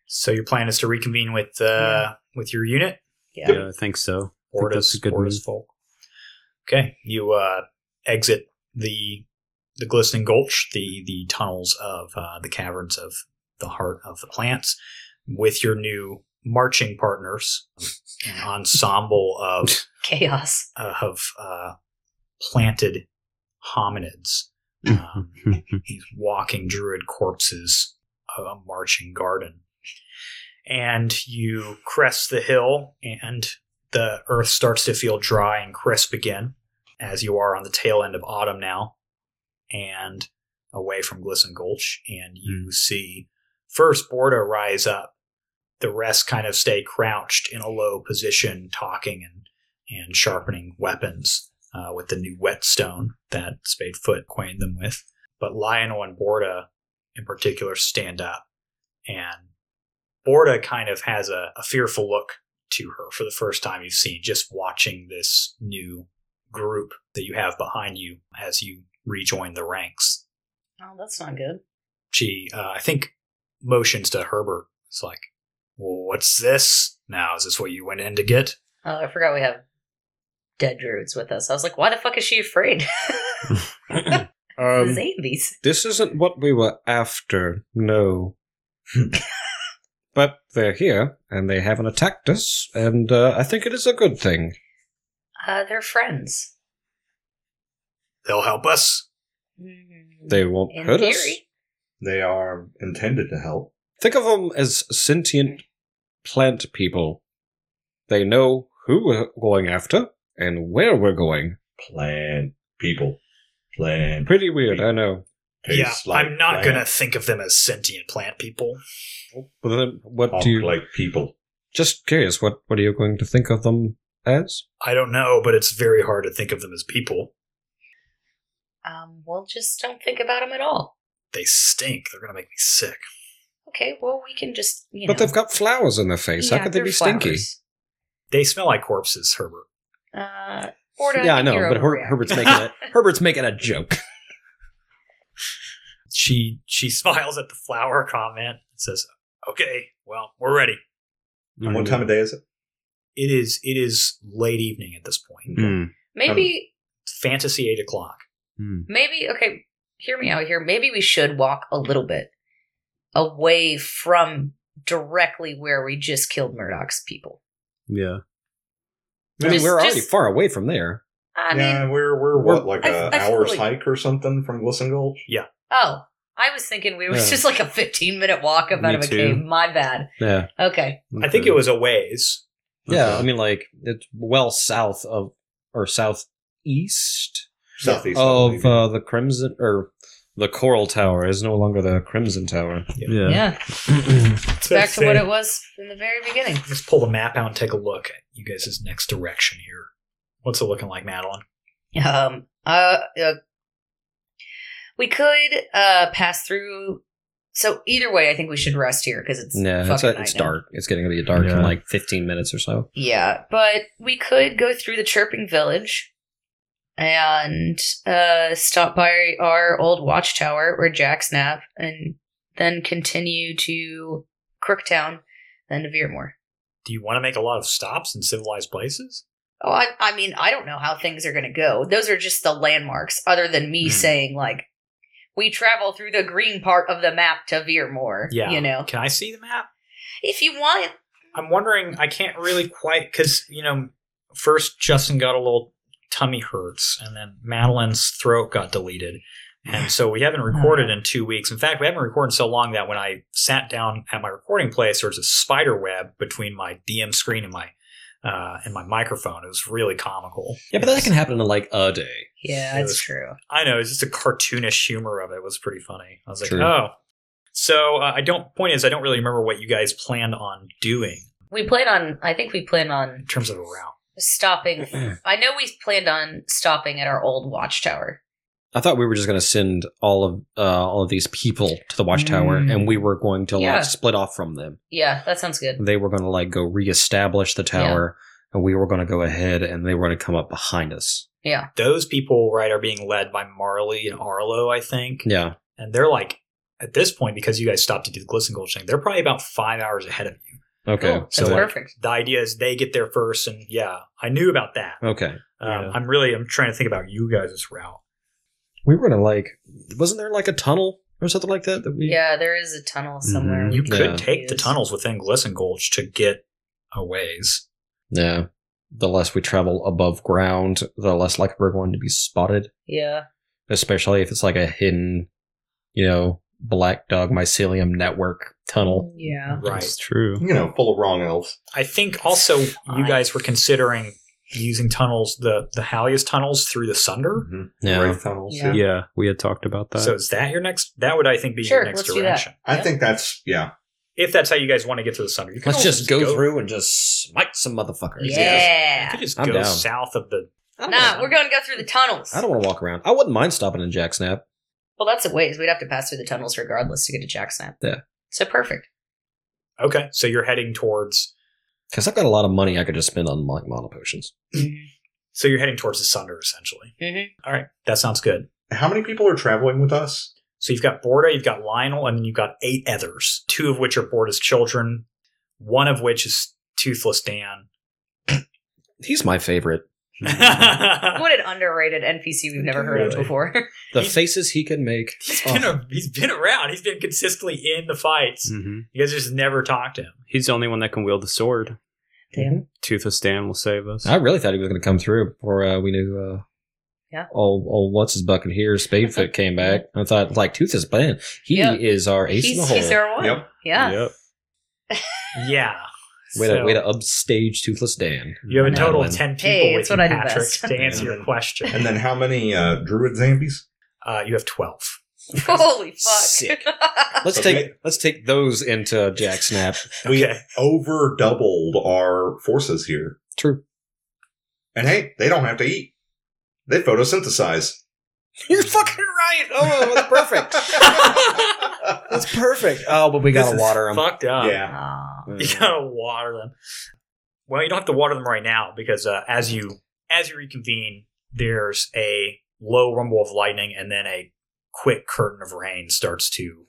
so your plan is to reconvene with uh Yeah. with your unit? [LAUGHS] Yeah. I think so. think that's a Ortis good Ortis move. folk. Okay. You uh exit the the glistening gulch, the the tunnels of uh, the caverns of the heart of the plants with your new marching partners, an ensemble of [LAUGHS] Chaos. uh, of uh, planted hominids. Um, [LAUGHS] he's walking druid corpses of a marching garden. And you crest the hill, and the earth starts to feel dry and crisp again, as you are on the tail end of autumn now, and away from Glisten Gulch. And you see first Borda rise up. The rest kind of stay crouched in a low position, talking and and sharpening weapons uh, with the new whetstone that Spadefoot acquainted them with. But Lionel and Borda, in particular, stand up, and Borda kind of has a, a fearful look to her for the first time you've seen, just watching this new group that you have behind you as you rejoin the ranks. Oh, that's not good. She, uh, I think, motions to Herbert. It's like, well, what's this? Now, is this what you went in to get? Oh, I forgot we have dead druids with us. I was like, "Why the fuck is she afraid?" [LAUGHS] Um, Zambies. this isn't what we were after, [LAUGHS] no. but they're here, and they haven't attacked us, and uh, I think it is a good thing. Uh, they're friends. They'll help us. They won't Mm. In hurt us. theory. They are intended to help. Think of them as sentient plant people. They know who we're going after and where we're going. Plan people. Plan. Pretty weird, I know. yeah, tastes like I'm not plant. going to think of them as sentient plant people. But then, what Talk do you? like people. Just curious, what what are you going to think of them as? I don't know, but it's very hard to think of them as people. Um, well, just don't think about them at all. They stink. They're going to make me sick. Okay, well, we can just, you know. but they've got flowers in their face. How yeah, could they they're be stinky? flowers. They smell like corpses, Herbert. Uh, Horta, yeah, I think know, you're but Her- overreacting. Herbert's making a, Herbert's making a joke. She she [LAUGHS] smiles at the flower comment and says, "Okay, well, we're ready." And what time of day is it? It is it is late evening at this point. Mm, [LAUGHS] Maybe, It's fantasy eight o'clock. mm. maybe, okay, hear me out here. Maybe we should walk a little bit away from directly where we just killed Murdoch's people. Yeah. I mean, Just- we're already just- far away from there. I yeah, mean, we're we're what we're- like I- an I feel hour's like- hike or something from Glisten Gulch. oh, I was thinking we was Yeah. just like a 15 minute walk up Me out of a too. cave. My bad. Yeah, Okay. I think it was a ways. Yeah, Okay. I mean, like it's well south of or southeast Southeast. I of believe. uh, the Crimson or the Coral Tower is no longer the Crimson Tower. Yeah. yeah. It's back to what it was in the very beginning. [LAUGHS] Let's pull the map out and take a look at you guys' next direction here. What's it looking like, Madeline? Um, uh, uh, we could uh pass through. So either way, I think we should rest here because it's Yeah, fucking it's, night it's now. dark. It's getting to be dark Yeah. in like 15 minutes or so. Yeah, but we could go through the chirping village and uh stop by our old watchtower or Jack's nap, and then continue to Crooktown, then to Veermore. Do you want to make a lot of stops in civilized places? Oh, I, I mean, I don't know how things are going to go. Those are just the landmarks, other than me Hmm. saying, like, we travel through the green part of the map to Veermore. Yeah. You know, Can I see the map? if you want. I'm wondering. I can't really quite because you know, first Justin got a little tummy hurts, and then Madeline's throat got deleted, and so we Hmm. haven't recorded in two weeks. In fact, we haven't recorded in so long that when I sat down at my recording place, there was a spider web between my DM screen and my uh, and my microphone. It was really comical. Yeah, but that can happen in like a day. Yeah, It it's was- true. I know, it's just the cartoonish humor of it was pretty funny. I was like, True. oh. So uh, I don't. Point is, I don't really remember what you guys planned on doing We plan on, I think we plan on in terms of a route. stopping. I know we planned on stopping at our old watchtower. I thought we were just going to send all of uh, all of these people to the watchtower, Mm. and we were going to Yeah. like split off from them. Yeah, that sounds good. They were going to like go reestablish the tower, and we were going to go ahead, and they were going to come up behind us. Those people, right, are being led by Marley and Arlo, I think, Yeah, and they're like at this point because you guys stopped to do the Glisten Gold thing. They're probably about five hours ahead of you. okay, Cool. That's so like, perfect. The idea is they get there first, and yeah, I knew about that. okay, Um, I'm really, I'm trying to think about you guys' route. we were going to like, wasn't there like a tunnel or something like that that we? Yeah, there is a tunnel somewhere. Mhm. we You can could Mm-hmm. Yeah. take the use. tunnels within Glisten Gulch to get a ways. yeah. The less we travel above ground, the less likely we're going to be spotted. Yeah. especially if it's like a hidden, you know, black dog mycelium network tunnel. Yeah. Right. It's true. you know, full of wrong elves. I think also you Fine. guys were considering using tunnels, the the Hallius tunnels through the Sunder. Yeah. Wraith tunnels. Mm-hmm. Yeah. Yeah. Yeah, we had talked about that. [LAUGHS] So is that your next? That would I think be Sure, your next let's do that. direction. I Yeah. think that's yeah. If that's how you guys want to get to the Sunder, you can Let's also just go, through and just smite some motherfuckers. Yeah. You could just I'm go down. south of the. I don't Nah, wanna- we're going to go through the tunnels. I don't want to walk around. I wouldn't mind stopping in Jack Snap. Well, that's a ways. We'd have to pass through the tunnels regardless to get to Jacksnap. Yeah. So perfect. Okay, so you're heading towards. Because I've got a lot of money I could just spend on like mana potions. So you're heading towards the Sunder essentially. Mhm. All right, that sounds good. How many people are traveling with us? So you've got Borda, you've got Lionel, and then you've got eight others. Two of which are Borda's children, one of which is Toothless Dan. He's my favorite. Mm-hmm. Mm-hmm. [LAUGHS] What an underrated NPC we've never heard of Really? before. The He's- faces he can make. He's been a, he's been around. He's been consistently in the Mm. fights. Mhm. You guys just never talked to him. He's the only one that can wield the sword. Damn. Toothless Dan will save us. I really thought he was going to come through before uh, we knew uh, Yeah. Oh, oh, what's his bucket here? Spadefoot came back. I thought, like, Tooth is bland. He Yep. is our ace in the he's, hole. he's our one. Yep. Yeah. Yep. Yeah. Way, to, So- way to upstage Toothless Dan. You have a total of Madeline. 10 people Hey, with it's you, what I do Patrick, best. to answer [LAUGHS] Yeah. your question. And then how many uh, druid zambies? uh, you have 12. Holy fuck. Sick. Let's take let's take those into [LAUGHS] Jack Snap. We Okay. over doubled our forces here. True. And hey, they don't have to eat. They photosynthesize. [LAUGHS] You're fucking right. Oh, that's perfect. that's perfect. Oh, but we This gotta is water them. Fucked up. yeah. [LAUGHS] Aw. [LAUGHS] You gotta water them. Well, you don't have to water them right now because uh, as you as you reconvene, there's a low rumble of lightning, and then a quick curtain of rain starts to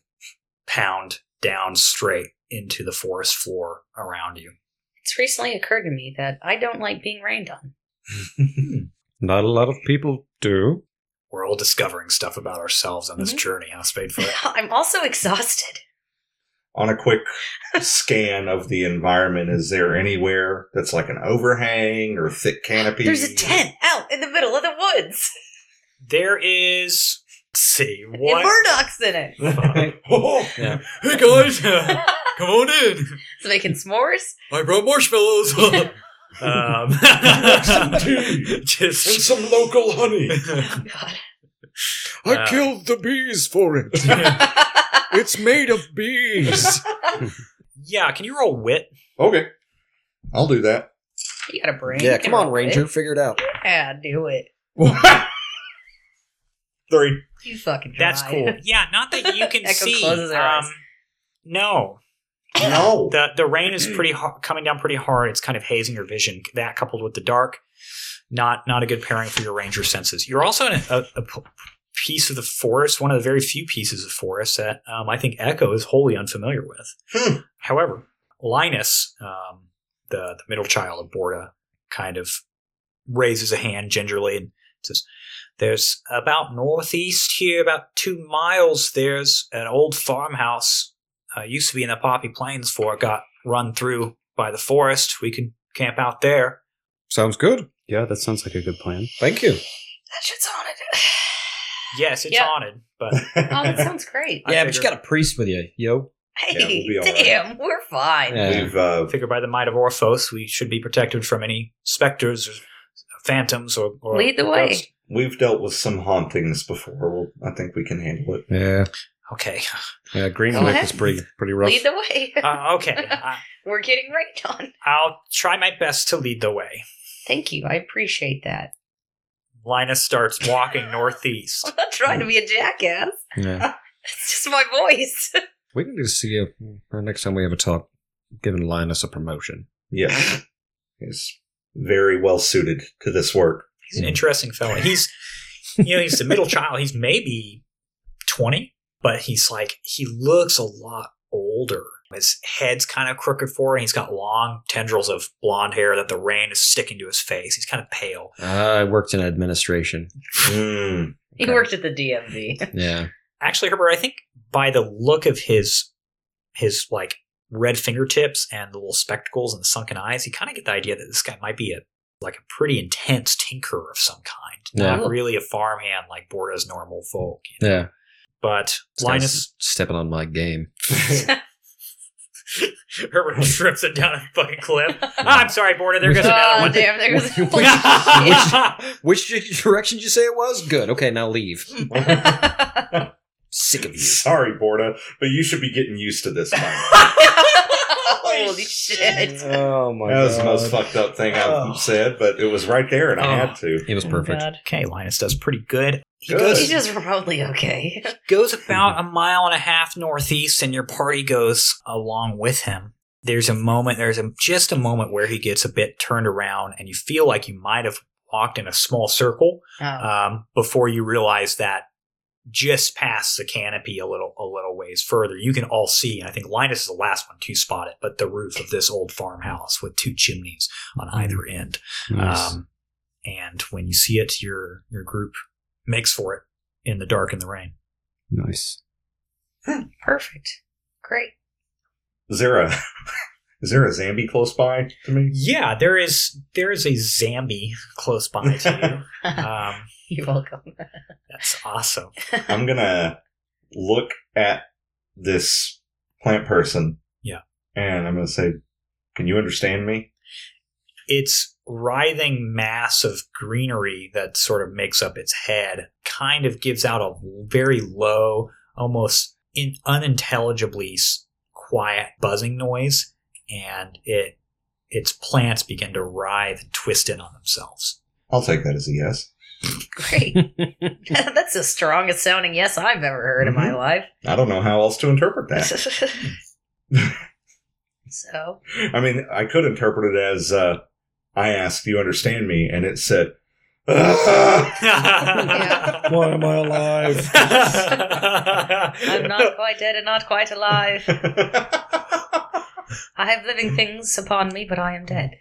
pound down straight into the forest floor around [LAUGHS] you. It's recently occurred to me that I don't like being rained on. Not a lot of people [LAUGHS] do. We're all discovering stuff about ourselves on this Mhm. journey, huh, Spadefoot? [LAUGHS] I'm also exhausted. On a quick scan of the environment, is there anywhere that's like an overhang or thick canopy? There's a tent out in the middle of the woods. [LAUGHS] there is. Let's see And what? Murdoch's in it. Oh, Yeah. Hey guys, come on in. It's making s'mores. I brought [LAUGHS] marshmallows. [LAUGHS] um, just some local honey. God. I Uh, killed the bees for it. it's made of bees. yeah. Can you roll wit? Okay. I'll do that. you got a brain. yeah, You come can on, roll it. Ranger, figure it out. Yeah, do it. [LAUGHS] Three. You fucking tried. That's [LAUGHS] cool. Yeah, not that you can Echo see. closes her eyes. Um, no, [LAUGHS] No. the the rain is pretty har- coming down pretty hard. It's kind of hazing your vision. That coupled with the dark, not not a good pairing for your ranger senses. You're also in a, a, a p- piece of the forest, one of the very few pieces of forest that um, I think Echo is wholly unfamiliar with. Hmm. However, Linus, um, the the middle child of Borda, kind of raises a hand gingerly and says. There's about northeast here, about two miles. There's an old farmhouse uh, used to be in the Poppy Plains for got run through by the forest. We could camp out there. Sounds good. Yeah, that sounds like a good plan. Thank you. That shit's haunted. Yes, it's Yeah. haunted, [SIGHS] but [LAUGHS] oh, [LAUGHS] that sounds great. I yeah, but you figure- got a priest with you, yo. we'll Hey, be all right. damn, we're fine. Yeah. We've uh, I figure by the might of Orphos, we should be protected from any specters or phantoms or, or Lead the way. ghosts. we've dealt with some hauntings before. Well, I think we can handle it. Yeah, Okay, yeah. Green Go Neck ahead. was pretty pretty rough. Lead the way. uh, okay. I, [LAUGHS] we're getting rained on. I'll try my best to lead the way. Thank you. I appreciate that. [LAUGHS] Linus starts walking northeast. I'm not trying to be a jackass. yeah, It's just my voice. [LAUGHS] we need to see if uh, next time we have a talk, giving Linus a promotion. Yes. He's very well suited to this work. He's an interesting fella. He's, you know, he's the middle child. He's maybe 20, but he's like, he looks a lot older. His head's kind of crooked forward. And he's got long tendrils of blonde hair that the rain is sticking to his face. He's kind of pale. Uh, I worked in administration. Mm. He Okay. worked at the DMV. Yeah, Actually, Herbert, I think by the look of his, his like red fingertips and the little spectacles and the sunken eyes, you kind of get the idea that this guy might be a, like a pretty intense tinkerer of some kind. Yeah. Not really a farmhand like Borda's normal folk. you know? yeah. But This guy's Linus stepping on my game. Herbert trips [LAUGHS] it down a fucking cliff. Ah, I'm sorry, Borda. There goes another oh, one. damn, there goes [LAUGHS] Which- Which direction did you say it was? Good. Okay, now leave. Sick of you. Sorry, Borda, but you should be getting used to this. By now. [LAUGHS] Holy shit. Oh my that was the most fucked up thing I've Oh. said, but it was right there, and I Oh. had to. It was perfect. [LAUGHS] okay, Linus does pretty good. He Good. He's goes, just remotely okay. goes about a mile and a half northeast, and your party goes along with him. There's a moment, there's a, just a moment where he gets a bit turned around, and you feel like you might have walked in a small circle Oh. um, before you realize that just past the canopy a little a little ways further you can all see and i think linus is the last one to spot it but the roof of this old farmhouse with two chimneys on either end um, and when you see it your your group makes for it in the dark and the rain nice. Perfect. Great. [LAUGHS] Is there a [LAUGHS] Is there a Zambi close by to me? Yeah, there is there is a Zambi close by to you. [LAUGHS] Um, You're welcome. [LAUGHS] that's awesome. I'm gonna look at this plant person. Yeah. And I'm gonna say, Can you understand me? Its writhing mass of greenery that sort of makes up its head kind of gives out a very low, almost in, unintelligibly s- quiet buzzing noise, and it its plants begin to writhe and twist in on themselves. I'll take that as a yes. Great. [LAUGHS] That's the strongest sounding yes I've ever heard in my Mhm. life. I don't know how else to [LAUGHS] interpret that. so, I mean, I could interpret it as uh, I asked, Do you understand me? And it said, "Ah!" Yeah. Why am I [LAUGHS] alive? I'm not quite dead and not quite alive. I have living things upon me, but I am dead.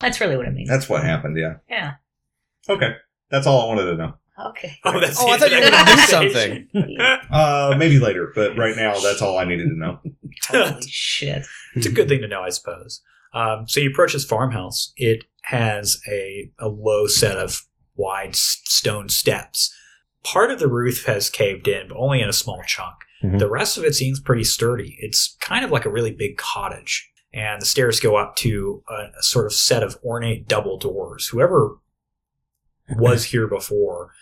That's really what it means. [LAUGHS] That's what happened, yeah. yeah. Okay. That's all I wanted to know. [LAUGHS] Okay. oh, that's Oh, I thought you were going to do something. [LAUGHS] Uh, maybe later, but right now, that's all I needed to know. [LAUGHS] Holy shit. it's a good thing to know, I suppose. Um, so you approach this farmhouse. It has a, a low set of wide s- stone steps. Part of the roof has caved in, but only in a small chunk. Mhm. The rest of it seems pretty sturdy. It's kind of like a really big cottage. And the stairs go up to a, a sort of set of ornate double doors. Whoever was here before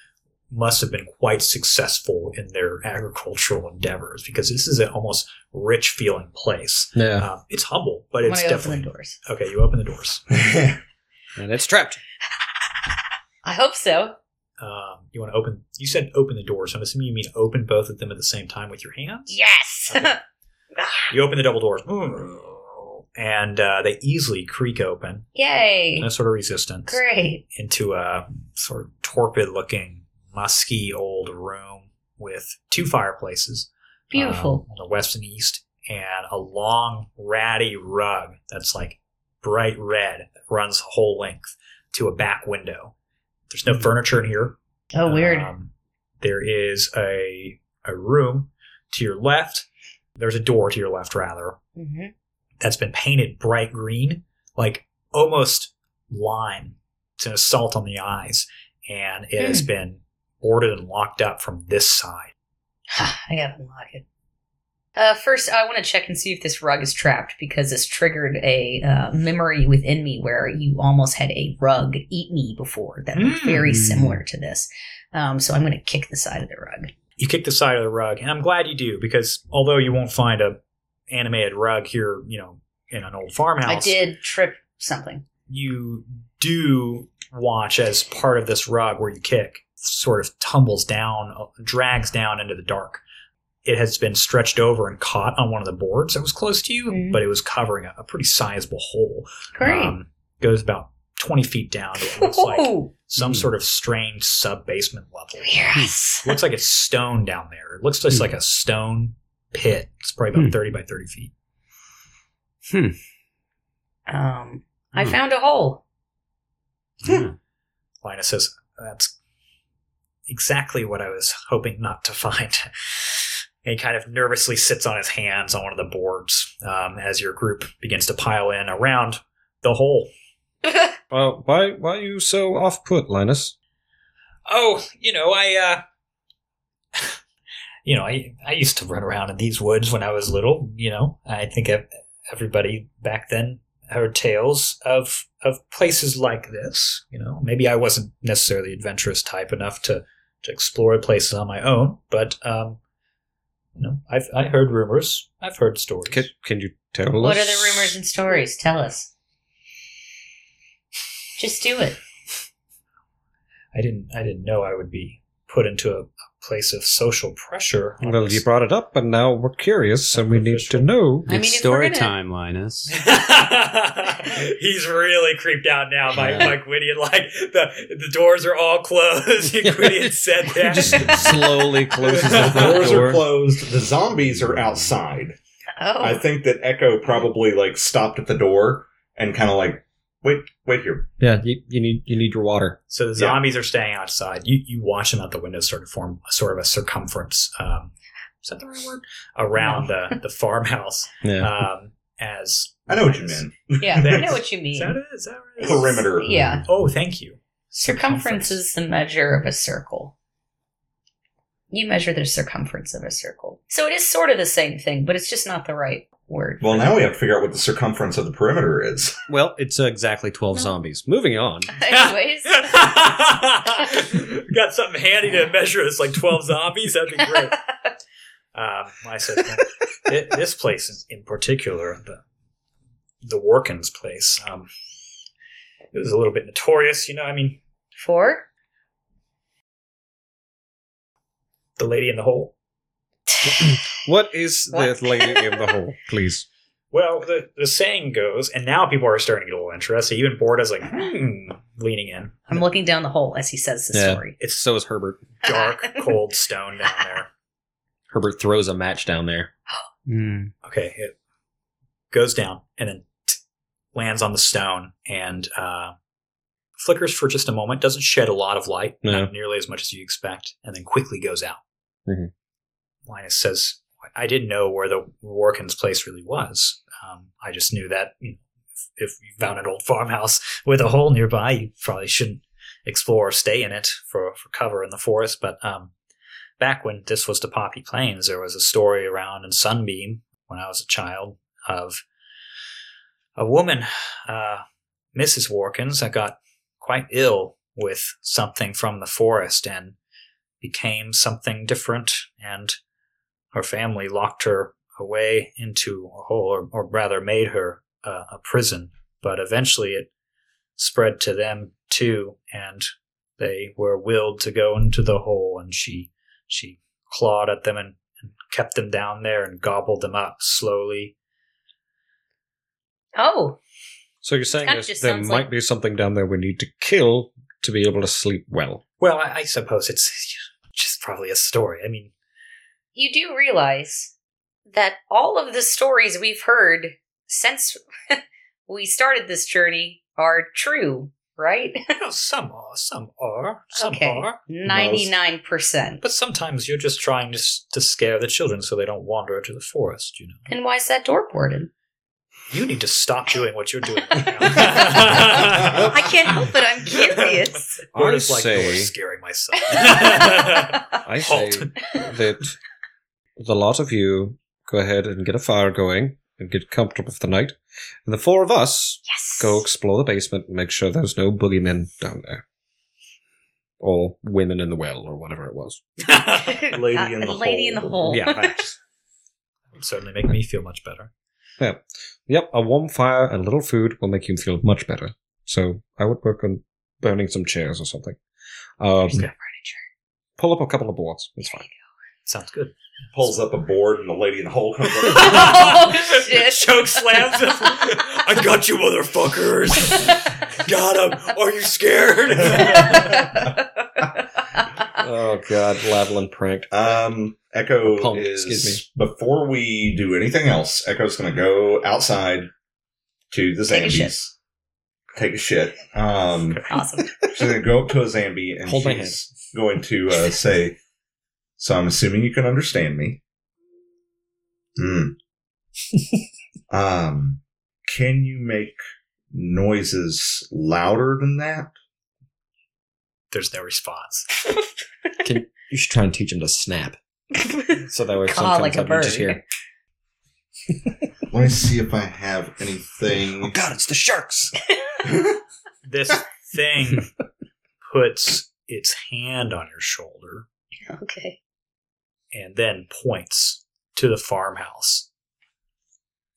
must have been quite successful in their agricultural endeavors because this is an almost rich feeling place. Yeah. Um, it's humble, but I'm it's going to open the definitely doors. okay. You open the doors. And it's trapped. I hope so. Um, you want to open? You said open the doors. I'm assuming you mean open both of them at the same time with your hands. Yes. Okay. You open the double doors, and uh, they easily creak open, [LAUGHS] Yay. no sort of resistance, Great. into a sort of torpid-looking, musky old room with two fireplaces. [LAUGHS] Beautiful. um, on the west and east, and a long ratty rug that's like bright red that runs the whole length to a back window. There's no furniture in here. Hmm. oh, weird. Um, there is a a room to your left. There's a door to your left, rather, Mhm. that's been painted bright green, like almost lime. It's an assault on the eyes, and it Hmm. has been boarded and locked up from this side. [SIGHS] I gotta unlock it. Uh, first, I want to check and see if this rug is trapped because it's triggered a uh, memory within me where you almost had a rug eat me before that looked very Hmm. Mm. similar to this. Um, so I'm going to kick the side of the rug. you kick the side of the rug, and I'm glad you do because although you won't find a animated rug here, you know, in an old I farmhouse, did trip something. you do watch as part of this rug where you kick sort of tumbles down, uh, drags down into the dark. It has been stretched over and caught on one of the boards that was close to you, Mhm. but it was covering a, a pretty sizable hole. Great. Um, goes about 20 feet down to what [LAUGHS] looks like Ooh, some sort of strange sub basement level yes. looks like it's stone down there. It looks just like a stone pit. It's probably about Hmm. 30 by 30 feet. Um, I Hmm. found a hole. [LAUGHS] [LAUGHS] Yeah. Linus says, That's exactly what I was hoping not to [LAUGHS] find. And he kind of nervously sits on his hands on one of the boards um, as your group begins to pile in around the hole. Well, Uh, why why are you so off put, Linus? Oh, you know, I, uh, [LAUGHS] you know, I, I used to run around in these woods when I was little. You know, I think ev- everybody back then heard tales of of places like this. You know, maybe I wasn't necessarily adventurous type enough to to explore places on my own, but um, you know, I've I heard rumors. I've heard stories. Can, can you tell us? what are the rumors and stories? Tell us. Just do it. I didn't I didn't know I would be put into a, a place of social pressure. on Well, this- you brought it up, and now we're curious, and we need to know. I mean, It's if we're story gonna- time, Linus. [LAUGHS] He's really creeped out now by Yeah. by Gwydion. Like the the doors are all closed. [LAUGHS] and Gwydion [LAUGHS] said that. [LAUGHS] slowly closes the doors are door. closed. The zombies are outside. Oh, I think that Echo probably like stopped at the door and kind of like, wait, wait here. Yeah, you, you need you need your water. so the Yeah. zombies are staying outside. You you watch them out the window, sort of form a sort of a circumference. Um, is that the right word? Around the the farmhouse. Yeah. Um, as I know what you mean. Yeah, I know what you Is mean. that it? Is that right? Perimeter. Yeah. Oh, thank you. Circumference is the measure of a circle. You measure the circumference of a circle. So it is sort of the same thing, but it's just not the right word. [LAUGHS] Well, now we have to figure out what the circumference of the perimeter is. [LAUGHS] Well, it's uh, exactly 12 No. zombies. Moving on. Anyways, [LAUGHS] Got something handy to measure. It's like twelve zombies. That'd be great. Um, I said "Th- this place is- in particular, the the Workins place. Um, it was a little bit notorious, you know. I mean, four. the lady in the hole. What is What? the lady in the [LAUGHS] hole, please? Well, the, the saying goes, and now people are starting to get a little interested. Even Borda's like, hmm, leaning in. I'm looking down the hole as he says the Yeah. story. It's So is Herbert. dark, cold stone down there. Herbert throws a match down there. Mm. Okay, it goes down and then t- lands on the stone and uh, flickers for just a moment. Doesn't shed a lot of light, No. not nearly as much as you expect, and then quickly goes out. Mhm. Linus says, "I didn't know where the Warkins place really was. Um, I just knew that you know, if, if you found an old farmhouse [LAUGHS] with a hole nearby, you probably shouldn't explore or stay in it for, for cover in the forest. But um, back when this was the Poppy Plains, there was a story around in Sunbeam when I was a child of a woman, uh, Mrs. Warkins, that got quite ill with something from the forest and became something different, and her family locked her away into a hole, or, or rather made her uh, a prison. But eventually it spread to them too, and they were willed to go into the hole, and she she clawed at them and, and kept them down there and gobbled them up slowly Oh, So you're saying That that just there sounds might like- be something down there we need to kill to be able to sleep well. Well, I, I suppose it's just probably a story. I mean, you do realize that all of the stories we've heard since [LAUGHS] we started this journey are true, right? you know, some are, some are, some Okay. are. 99%. But sometimes you're just trying to s- to scare the children so they don't wander into the forest. You know, Then why is that door boarded? you need to stop doing what you're doing. Right [LAUGHS] I can't help it. [LAUGHS] I'm curious. now. Or just like say- "Oh, we're scaring myself. [LAUGHS] I say Halt. [LAUGHS] that the lot of you go ahead and get a fire going and get comfortable for the night, and the four of us yes. go explore the basement and make sure there's no boogeymen down there. Or women in the well, or whatever it was. [LAUGHS] Lady Uh, in the lady in the hole. [LAUGHS] Yeah, I just- Would certainly make me feel much better. yep, a warm fire and a little food will make you feel much better. So I would work on burning some chairs or something. Um, Okay. Pull up a couple of boards. [LAUGHS] It's fine. Sounds good. Pulls up a board and the lady in the hole comes [LAUGHS] up. [LAUGHS] Oh, shit. Choke slams him. I got you, motherfuckers. Got him. Are you scared? Oh god, Lavalin pranked. Um, Echo Punk, is. excuse Before we do anything else, Echo's going to go outside to the Take a shit. Zambies. Take a shit. Um, [LAUGHS] awesome. she's going to go up to a Zambi and Hold my she's going to [LAUGHS] uh, say, "So I'm assuming you can understand me." [LAUGHS] Hmm. um, can you make noises louder than that? There's no response. You should try and teach him to snap. So that way Caw sometimes like a I can just [LAUGHS] bird. Let me see if I have "Oh, anything. God, it's the [LAUGHS] sharks. this thing puts its hand on your shoulder okay. and then points to the farmhouse.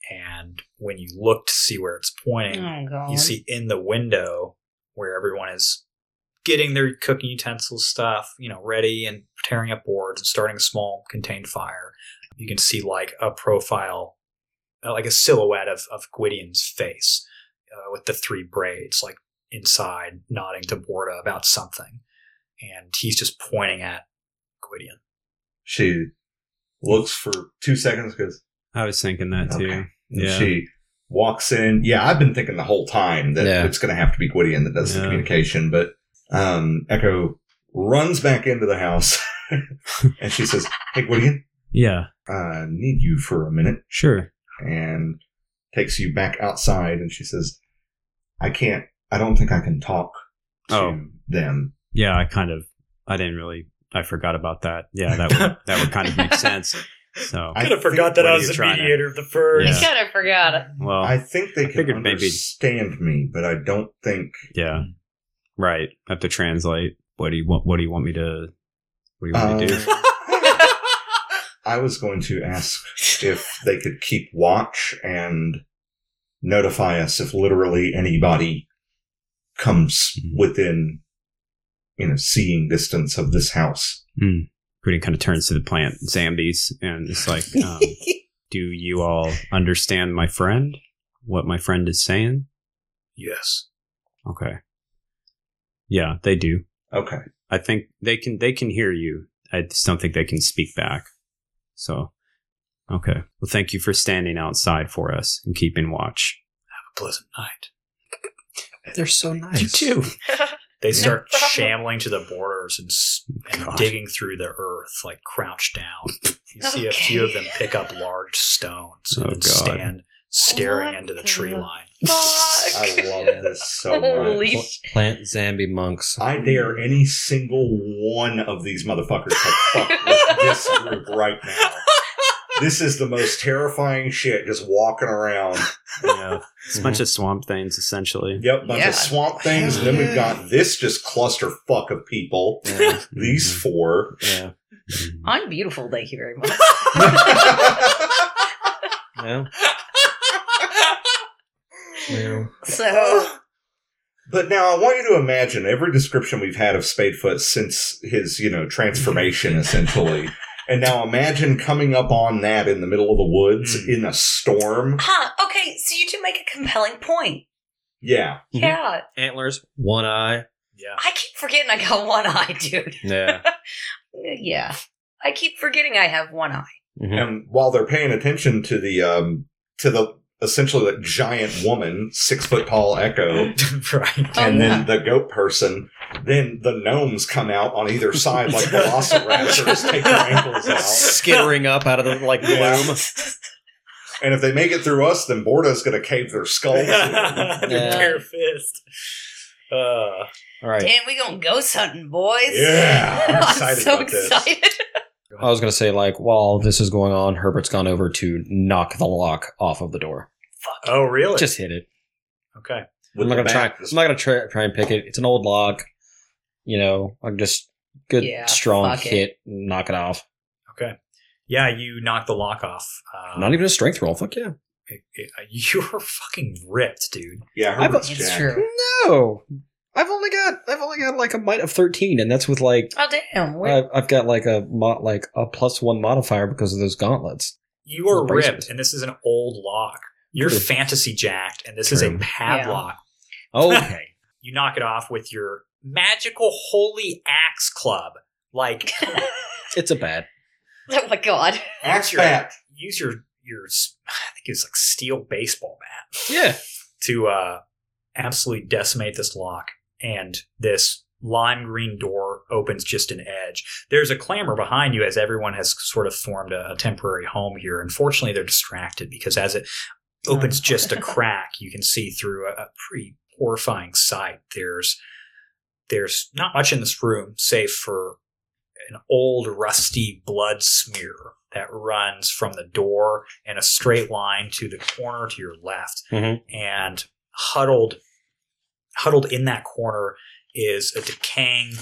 And when you look to see where it's pointing, Oh god. you see in the window where everyone is getting their cooking utensils stuff, you know, ready and tearing up boards and starting a small contained fire. You can see like a profile, uh, like a silhouette of, of Gwydion's face uh, with the three braids, like inside, nodding to Borda about something. And he's just pointing at Gwydion. She looks for two seconds, goes, I was thinking that too. Okay. And Yeah. She walks in. Yeah, I've been thinking the whole time that Yeah. it's going to have to be Gwydion that does the Yeah. communication, but um, Echo runs back into the house [LAUGHS] and she says, Hey, Gwydion, yeah. I need you for a minute. Sure. And takes you back outside, and she says, "I can't. I don't think I can talk to Oh. them." Yeah, I kind of, I didn't really, I forgot about that. Yeah, that would that would kind of make sense. So, I Could have forgot think- that what I are was you the trying to- mediator of the first. Yeah. Yeah. You [LAUGHS] kind of forgot it. well, I think they Oh. I can figured maybe- understand me, but I don't think yeah, right. I have to translate. What do you want? What do you want me to? What do you want me to do? Um, I was going to ask if they could keep watch and notify us if literally anybody comes within, you know, seeing distance of this house. Goody kind of turns to the plant zombies and it's like, [LAUGHS] um, "Do you all understand my friend? What my friend is saying?" Yes. Okay. Yeah, they do. Okay. I think they can they can hear you. I just don't think they can speak back. So, okay. Well, thank you for standing outside for us and keeping watch. Pleasant night. They're so nice. You too. They start [LAUGHS] problem. shambling to the borders and, s- and God. digging through the earth, like crouched down. You see a Okay. few of them pick up large stones Oh, and then God. stand staring What into the the- tree line. [LAUGHS] Fuck. I love this so Holy Pl- much. sh- Plant Zambi monks. I dare any single one of these motherfuckers to fuck with this group right now. This is the most terrifying shit just walking around. yeah, it's a bunch of swamp things essentially. Yep, bunch Yeah. of swamp things. And then we've got this just clusterfuck of people. Yeah. These four. Yeah. I'm beautiful. Thank you very much. [LAUGHS] Yeah. yeah. So But now I want you to imagine every description we've had of Spadefoot since his, you know, [LAUGHS] transformation essentially. And now imagine coming up on that in the middle of the woods Hmm. Mm. in a storm. Huh, okay, so you do make a compelling point. Yeah. Mhm. Yeah. Antlers, [LAUGHS] one eye. Yeah. [LAUGHS] I keep forgetting I got one eye, [LAUGHS] dude. Yeah. Eh, Yeah. I keep forgetting I have one eye. Mhm. And while they're paying attention to the um to the essentially that giant woman, six foot tall echo, right. Oh, and then the goat person, then the gnomes come out on either [LAUGHS] side like velociraptors take their ankles out. Skittering up out of the like [LAUGHS] Yeah. bloom. And if they make it through us, then Borda's going to cave [LAUGHS] their skulls. in. Their Yeah. bare fist. Uh, All right. Damn, we gonna ghost hunting, boys. [LAUGHS] Yeah, I'm I'm, excited so about this. excited. I was gonna say like while this is going on, Herbert's gone over to knock the lock off of the door. oh, really? Just hit it. okay. With I'm not the gonna try. bat, this- I'm not gonna try, try and pick it. It's an old lock. You know, I'm just good Yeah, strong fuck it. hit, knock it off. Okay. Yeah, you knock the lock off. Um, Not even a strength roll. Fuck yeah. [LAUGHS] it- it- uh, you're fucking ripped, dude. yeah, I've- Herbert's It's jacked. true. No, I've only got I've only got like a might of thirteen, and that's with like Oh damn, where I've, I've got like a mod like a plus one modifier because of those gauntlets. You are The braces. ripped, and this is an old lock. You're True. fantasy jacked, and this is a True. padlock. Oh, [LAUGHS] Okay, [LAUGHS] You knock it off with your magical holy axe club. Like, it's a bad. [LAUGHS] Oh my god. Axe use your- bat. Use your your s- I think it's like steel baseball bat Yeah, to uh, absolutely decimate this lock, and this lime green door opens just an edge. There's a clamor behind you as everyone has sort of formed a, a temporary home here. Unfortunately, they're distracted because as it opens Oh. just a crack, you can see through a, a pretty horrifying sight. There's there's not much in this room save for an old rusty blood smear that runs from the door in a straight line to the corner to your left Mhm. and huddled huddled in that corner is a decaying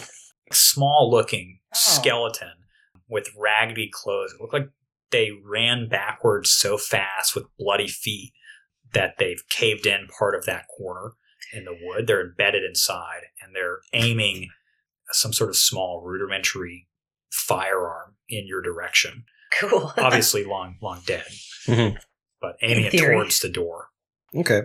small looking Oh. skeleton with raggedy clothes it looked like they ran backwards so fast with bloody feet that they've caved in part of that corner in the wood they're embedded inside and they're aiming some sort of small rudimentary firearm in [LAUGHS] your direction. Cool. Obviously, long, long dead, Mhm. but aiming In it theory. towards the door. okay.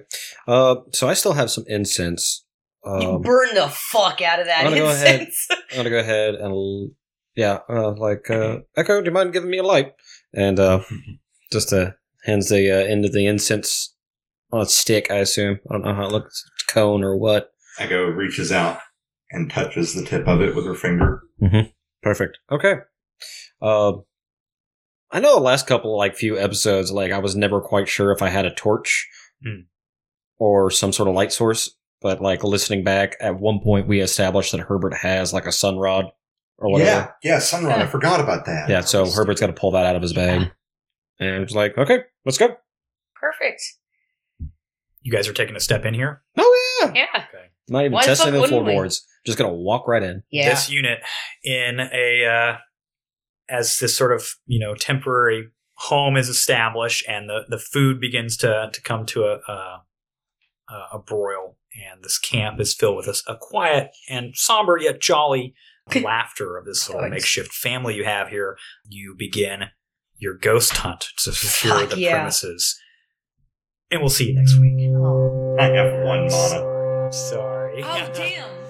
Uh, so I still have some incense. you Um, burn the fuck out of that I'm gonna go ahead. incense. [LAUGHS] I'm gonna go ahead and l- yeah, uh, like uh, Echo, do you mind giving me a light? And uh, [LAUGHS] just uh, hands the uh, end of the incense on a stick. I assume I don't know how it looks, cone or what. Echo reaches out and touches the tip of it with her finger. Perfect. Okay. Um, Uh, I know the last couple like few episodes, like I was never quite sure if I had a torch Hmm. or some sort of light source. But like listening back, at one point we established that Herbert has like a sun rod or yeah, whatever. yeah, Sunrun. I forgot about that. Yeah. so Herbert's got to pull that out of his bag, and it's like, okay, let's go. Perfect. You guys are taking a step in here. Oh yeah, Yeah. Okay. not even Why the testing fuck the wouldn't we? floorboards. Just gonna walk right in. Yeah. this unit in a uh, as this sort of you know temporary home is established and the the food begins to to come to a a, a broil and this camp is filled with a, a quiet and somber [LAUGHS] yet jolly laughter of this little Thanks. makeshift family you have here you begin your ghost hunt to secure Fuck the yeah. premises and we'll see you next week Oh, I have one mana. sorry [LAUGHS] damn.